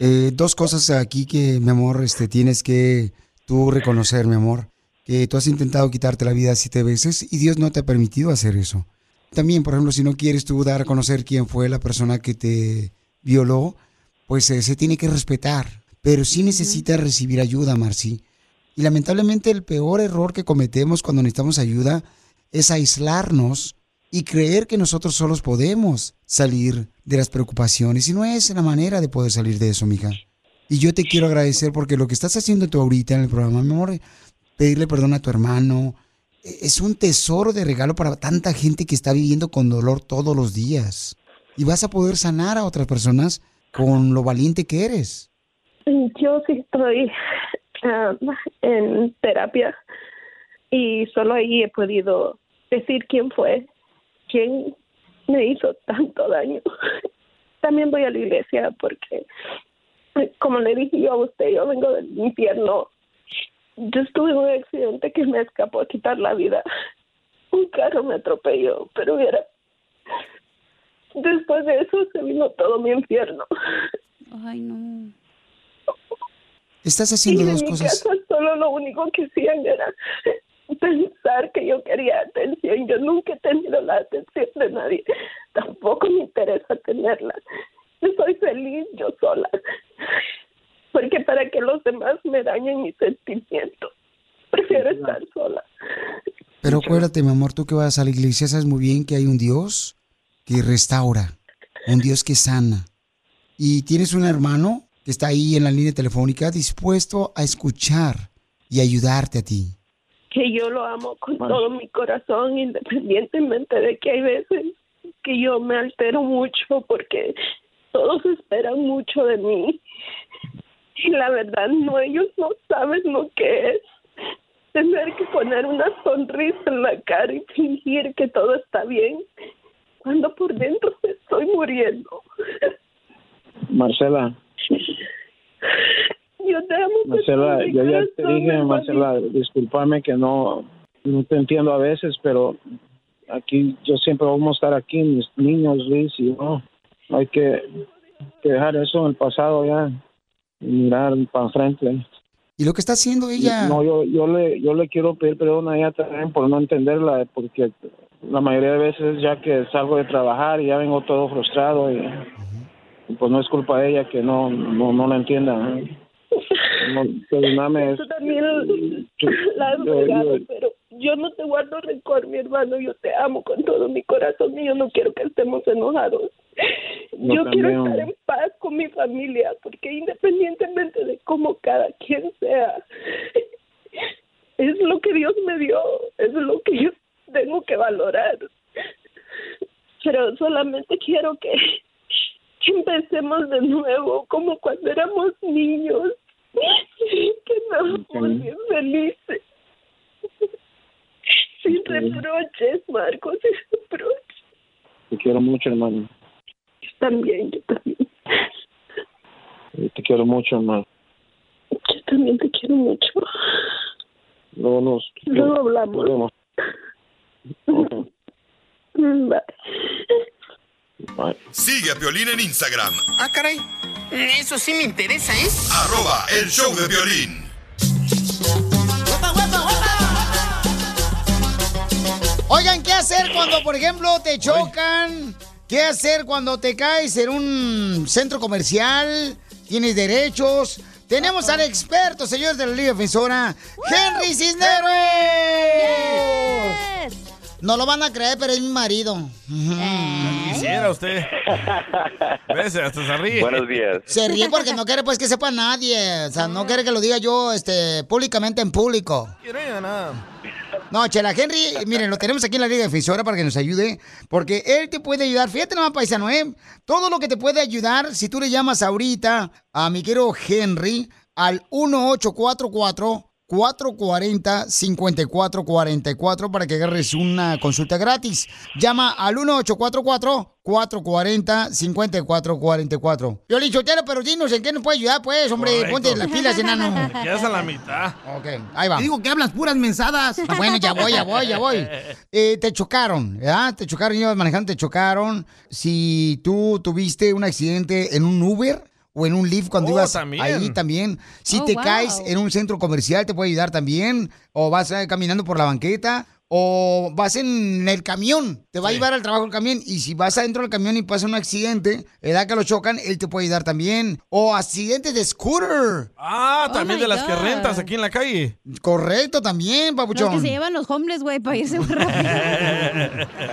Speaker 2: Eh, dos cosas aquí que, mi amor, este, tienes que tú reconocer, mi amor, que tú has intentado quitarte la vida siete veces y Dios no te ha permitido hacer eso. También, por ejemplo, si no quieres tú dar a conocer quién fue la persona que te violó, pues eh, se tiene que respetar. Pero sí necesitas recibir ayuda, Marci. Y lamentablemente el peor error que cometemos cuando necesitamos ayuda es aislarnos y creer que nosotros solos podemos salir de las preocupaciones. Y no es la manera de poder salir de eso, mija. Y yo te quiero agradecer porque lo que estás haciendo tú ahorita en el programa, mi amor, pedirle perdón a tu hermano, e- es un tesoro de regalo para tanta gente que está viviendo con dolor todos los días. Y vas a poder sanar a otras personas con lo valiente que eres.
Speaker 29: Yo sí estoy ah, en terapia y solo ahí he podido decir quién fue, quién me hizo tanto daño. También voy a la iglesia porque, como le dije yo a usted, yo vengo del infierno. Yo estuve en un accidente que me escapó a quitar la vida. Un carro me atropelló, pero hubiera... Después de eso se vino todo mi infierno.
Speaker 4: Ay, no.
Speaker 2: Estás haciendo
Speaker 29: Y en
Speaker 2: dos
Speaker 29: mi
Speaker 2: cosas.
Speaker 29: casa solo lo único que hacían era pensar que yo quería atención. Yo nunca he tenido la atención de nadie. Tampoco me interesa tenerla. Yo soy feliz yo sola. Porque para que los demás me dañen mis sentimientos, prefiero estar sola.
Speaker 2: Pero acuérdate, mi amor, tú que vas a la iglesia, sabes muy bien que hay un Dios que restaura, un Dios que sana. Y tienes un hermano que está ahí en la línea telefónica dispuesto a escuchar y ayudarte a ti.
Speaker 29: que yo lo amo con todo mi corazón, independientemente de que hay veces que yo me altero mucho porque todos esperan mucho de mí. Y la verdad, no, ellos no saben lo que es tener que poner una sonrisa en la cara y fingir que todo está bien, cuando por dentro me estoy muriendo.
Speaker 1: Marcela,
Speaker 29: Yo te amo. con todo
Speaker 1: Marcela,
Speaker 29: mi
Speaker 1: yo ya te
Speaker 29: corazón,
Speaker 1: dije,
Speaker 29: hermanito.
Speaker 1: Marcela, discúlpame que no, no te entiendo a veces, pero aquí yo siempre vamos a estar aquí, mis niños, Luis y yo. Hay que, que dejar eso en el pasado ya, y mirar para enfrente.
Speaker 2: ¿Y lo que está haciendo ella?
Speaker 1: No, yo, yo, le, yo le quiero pedir perdón a ella también por no entenderla, porque la mayoría de veces ya que salgo de trabajar y ya vengo todo frustrado y, y pues no es culpa de ella que no, no, no la entienda. ¿no? No, perdóname, es-
Speaker 29: Tú también
Speaker 1: yo-
Speaker 29: la has
Speaker 1: yo-
Speaker 29: regado,
Speaker 1: yo-
Speaker 29: pero yo no te guardo rencor, mi hermano. Yo te amo con todo mi corazón y yo no quiero que estemos enojados.
Speaker 1: Yo
Speaker 29: yo quiero
Speaker 1: también.
Speaker 29: estar en paz con mi familia, porque independientemente de cómo cada quien sea, es lo que Dios me dio, es lo que yo tengo que valorar. Pero solamente quiero que, que empecemos de nuevo, como cuando éramos niños, que estábamos bien felices. Sin reproches, Marcos, sin reproches.
Speaker 1: te quiero mucho, hermano.
Speaker 29: Yo también, yo también.
Speaker 1: Yo Eh, Te quiero mucho, hermano.
Speaker 29: Yo también te quiero mucho.
Speaker 1: Luego nos.
Speaker 29: Luego hablamos.
Speaker 1: vemos. Ok,
Speaker 29: Mm, Bye.
Speaker 1: bye.
Speaker 16: Sigue a Piolín en Instagram,
Speaker 24: Ah, caray. Eso sí me interesa, ¿eh?
Speaker 16: arroba el show de violín.
Speaker 2: Oigan, ¿qué hacer cuando, por ejemplo, te chocan? ¿Qué hacer cuando te caes en un centro comercial? ¿Tienes derechos? Tenemos al experto, señores de la Liga Defensora, Henry Cisneros. No lo van a creer, pero es mi marido.
Speaker 3: Quisiera usted. ¿Ves? Hasta se ríe.
Speaker 14: Buenos días.
Speaker 2: Se ríe porque no quiere pues que sepa nadie. O sea, no quiere que lo diga yo este, públicamente en público. No, Chela Henry, miren, lo tenemos aquí en la Liga Defensora para que nos ayude, porque él te puede ayudar. Fíjate nomás, paisano, ¿eh? Todo lo que te puede ayudar, si tú le llamas ahorita a mi querido Henry al 1844 440-5444 para que agarres una consulta gratis. Llama al 1844-440-5444. Yo le chotero, pero dinos en qué nos puede ayudar, pues, hombre.
Speaker 3: Correcto.
Speaker 2: Ponte las pilas, enano.
Speaker 3: Ya es a la mitad.
Speaker 2: Ok, ahí va. Digo que hablas puras mensadas. Bueno, ya voy, ya voy, ya voy. Eh, te chocaron, ¿verdad? Te chocaron, ibas manejando, te chocaron. Si tú tuviste un accidente en un Uber o en un Lyft cuando
Speaker 3: Oh,
Speaker 2: ibas
Speaker 3: también.
Speaker 2: ahí también. Si
Speaker 3: Oh,
Speaker 2: te
Speaker 3: wow.
Speaker 2: caes en un centro comercial te puede ayudar también. O vas eh, caminando por la banqueta. O vas en el camión, te va a llevar al trabajo el camión. Y si vas adentro del camión y pasa un accidente, edad que lo chocan, él te puede ayudar también. O accidentes de scooter.
Speaker 3: Ah, también
Speaker 2: Oh my
Speaker 3: de las que
Speaker 2: God.
Speaker 3: rentas aquí en la calle.
Speaker 2: Correcto también,
Speaker 4: Lo que
Speaker 2: papuchón.
Speaker 4: se llevan los homeless, güey, para irse muy rápido.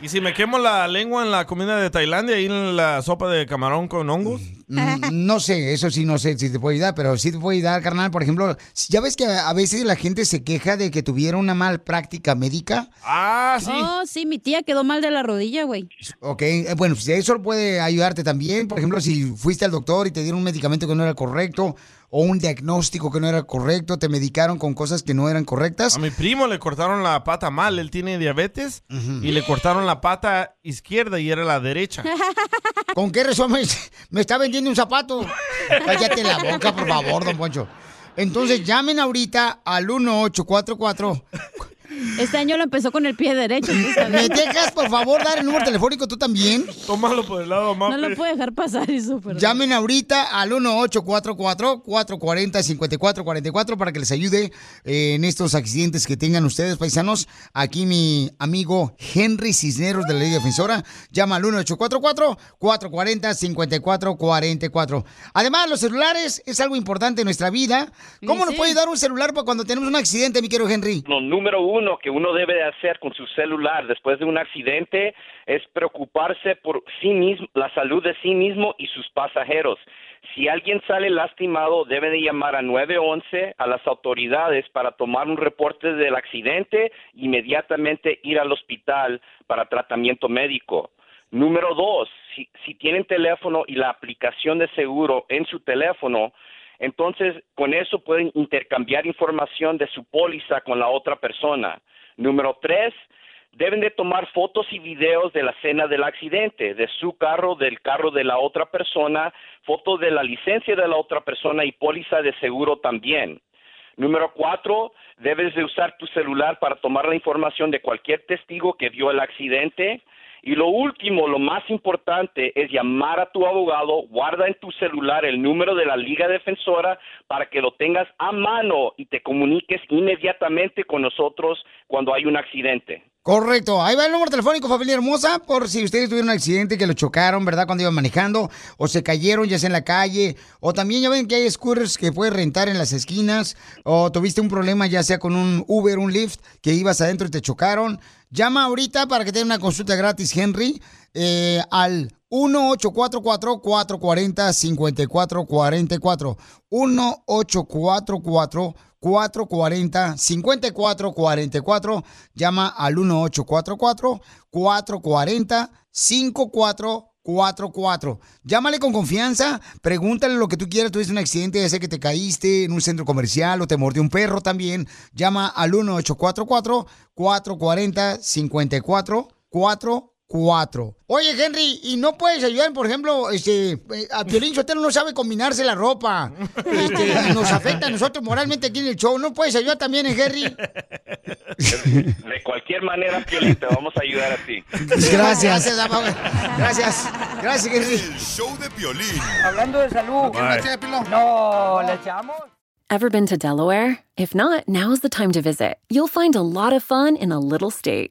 Speaker 3: y si me quemo la lengua en la comida de Tailandia y en la sopa de camarón con hongos.
Speaker 2: Mm, No sé, eso sí, no sé si te puede ayudar, pero sí te puede ayudar, carnal. Por ejemplo, si- ya ves que a a veces la gente se queja de que tuviera una mal práctica médica.
Speaker 3: Ah,
Speaker 4: sí. Oh, sí, mi tía quedó mal de la rodilla, güey.
Speaker 2: Ok, eh, bueno, pues eso puede ayudarte también. Por ejemplo, si fuiste al doctor y te dieron un medicamento que no era correcto o un diagnóstico que no era correcto, te medicaron con cosas que no eran correctas.
Speaker 3: A mi primo le cortaron la pata mal, él tiene diabetes y le cortaron la pata izquierda y era la derecha.
Speaker 2: ¿Con qué razón me, me está vendiendo un zapato? Cállate la boca, por favor, don Poncho. Entonces llamen ahorita al 1844.
Speaker 4: Este año lo empezó con el pie derecho. tú
Speaker 2: ¿Me
Speaker 4: sabes.
Speaker 2: dejas, por favor, dar el número telefónico tú también?
Speaker 3: Tómalo por el lado,
Speaker 4: No lo puede dejar pasar eso, pero...
Speaker 2: Llamen ahorita al 1844-440-5444 para que les ayude eh, en estos accidentes que tengan ustedes, paisanos. Aquí mi amigo Henry Cisneros de la Ley Defensora llama al 1844-440-5444. Además, los celulares es algo importante en nuestra vida. ¿Cómo nos puede dar un celular para cuando tenemos un accidente, mi querido Henry?
Speaker 34: Lo número uno que uno debe de hacer con su celular después de un accidente es preocuparse por sí mismo, la salud de sí mismo y sus pasajeros. Si alguien sale lastimado, debe de llamar a 911 a las autoridades para tomar un reporte del accidente, inmediatamente ir al hospital para tratamiento médico. Número dos, si, si tienen teléfono y la aplicación de seguro en su teléfono, entonces con eso pueden intercambiar información de su póliza con la otra persona. Número tres, deben de tomar fotos y videos de la escena del accidente, de su carro, del carro de la otra persona, fotos de la licencia de la otra persona y póliza de seguro también. Número cuatro, debes de usar tu celular para tomar la información de cualquier testigo que vio el accidente. Y lo último, lo más importante, es llamar a tu abogado, guarda en tu celular el número de la Liga Defensora para que lo tengas a mano y te comuniques inmediatamente con nosotros cuando hay un accidente.
Speaker 2: Correcto, ahí va el número telefónico, familia hermosa, por si ustedes tuvieron un accidente que lo chocaron, ¿verdad? Cuando iban manejando, o se cayeron ya sea en la calle, o también ya ven que hay scooters que puedes rentar en las esquinas, o tuviste un problema ya sea con un Uber, un Lyft, que ibas adentro y te chocaron. Llama ahorita para que te den una consulta gratis, Henry, eh, al 1844-440-5444. 1844-440-5444. Llama al 1844-440-5444. Llámale con confianza, pregúntale lo que tú quieras. Tuviste un accidente, ya sé que te caíste en un centro comercial o te mordió un perro también. Llama al 1844-440-5444. 4. Oye, Henry, ¿y no puedes ayudar, por ejemplo, este, eh, a Piolín Sotelo no sabe combinarse la ropa? Este, nos afecta a nosotros moralmente aquí en el show. ¿No puedes ayudar también, eh, Henry?
Speaker 34: De cualquier manera, Piolín, te vamos a ayudar a ti.
Speaker 2: Gracias, ama- gracias. Gracias, Henry.
Speaker 35: show de Piolín.
Speaker 11: Hablando de salud.
Speaker 35: qué no Bye. eché
Speaker 11: No, le echamos.
Speaker 36: Ever been to Delaware? If not, now's the time to visit. You'll find a lot of fun in a little state.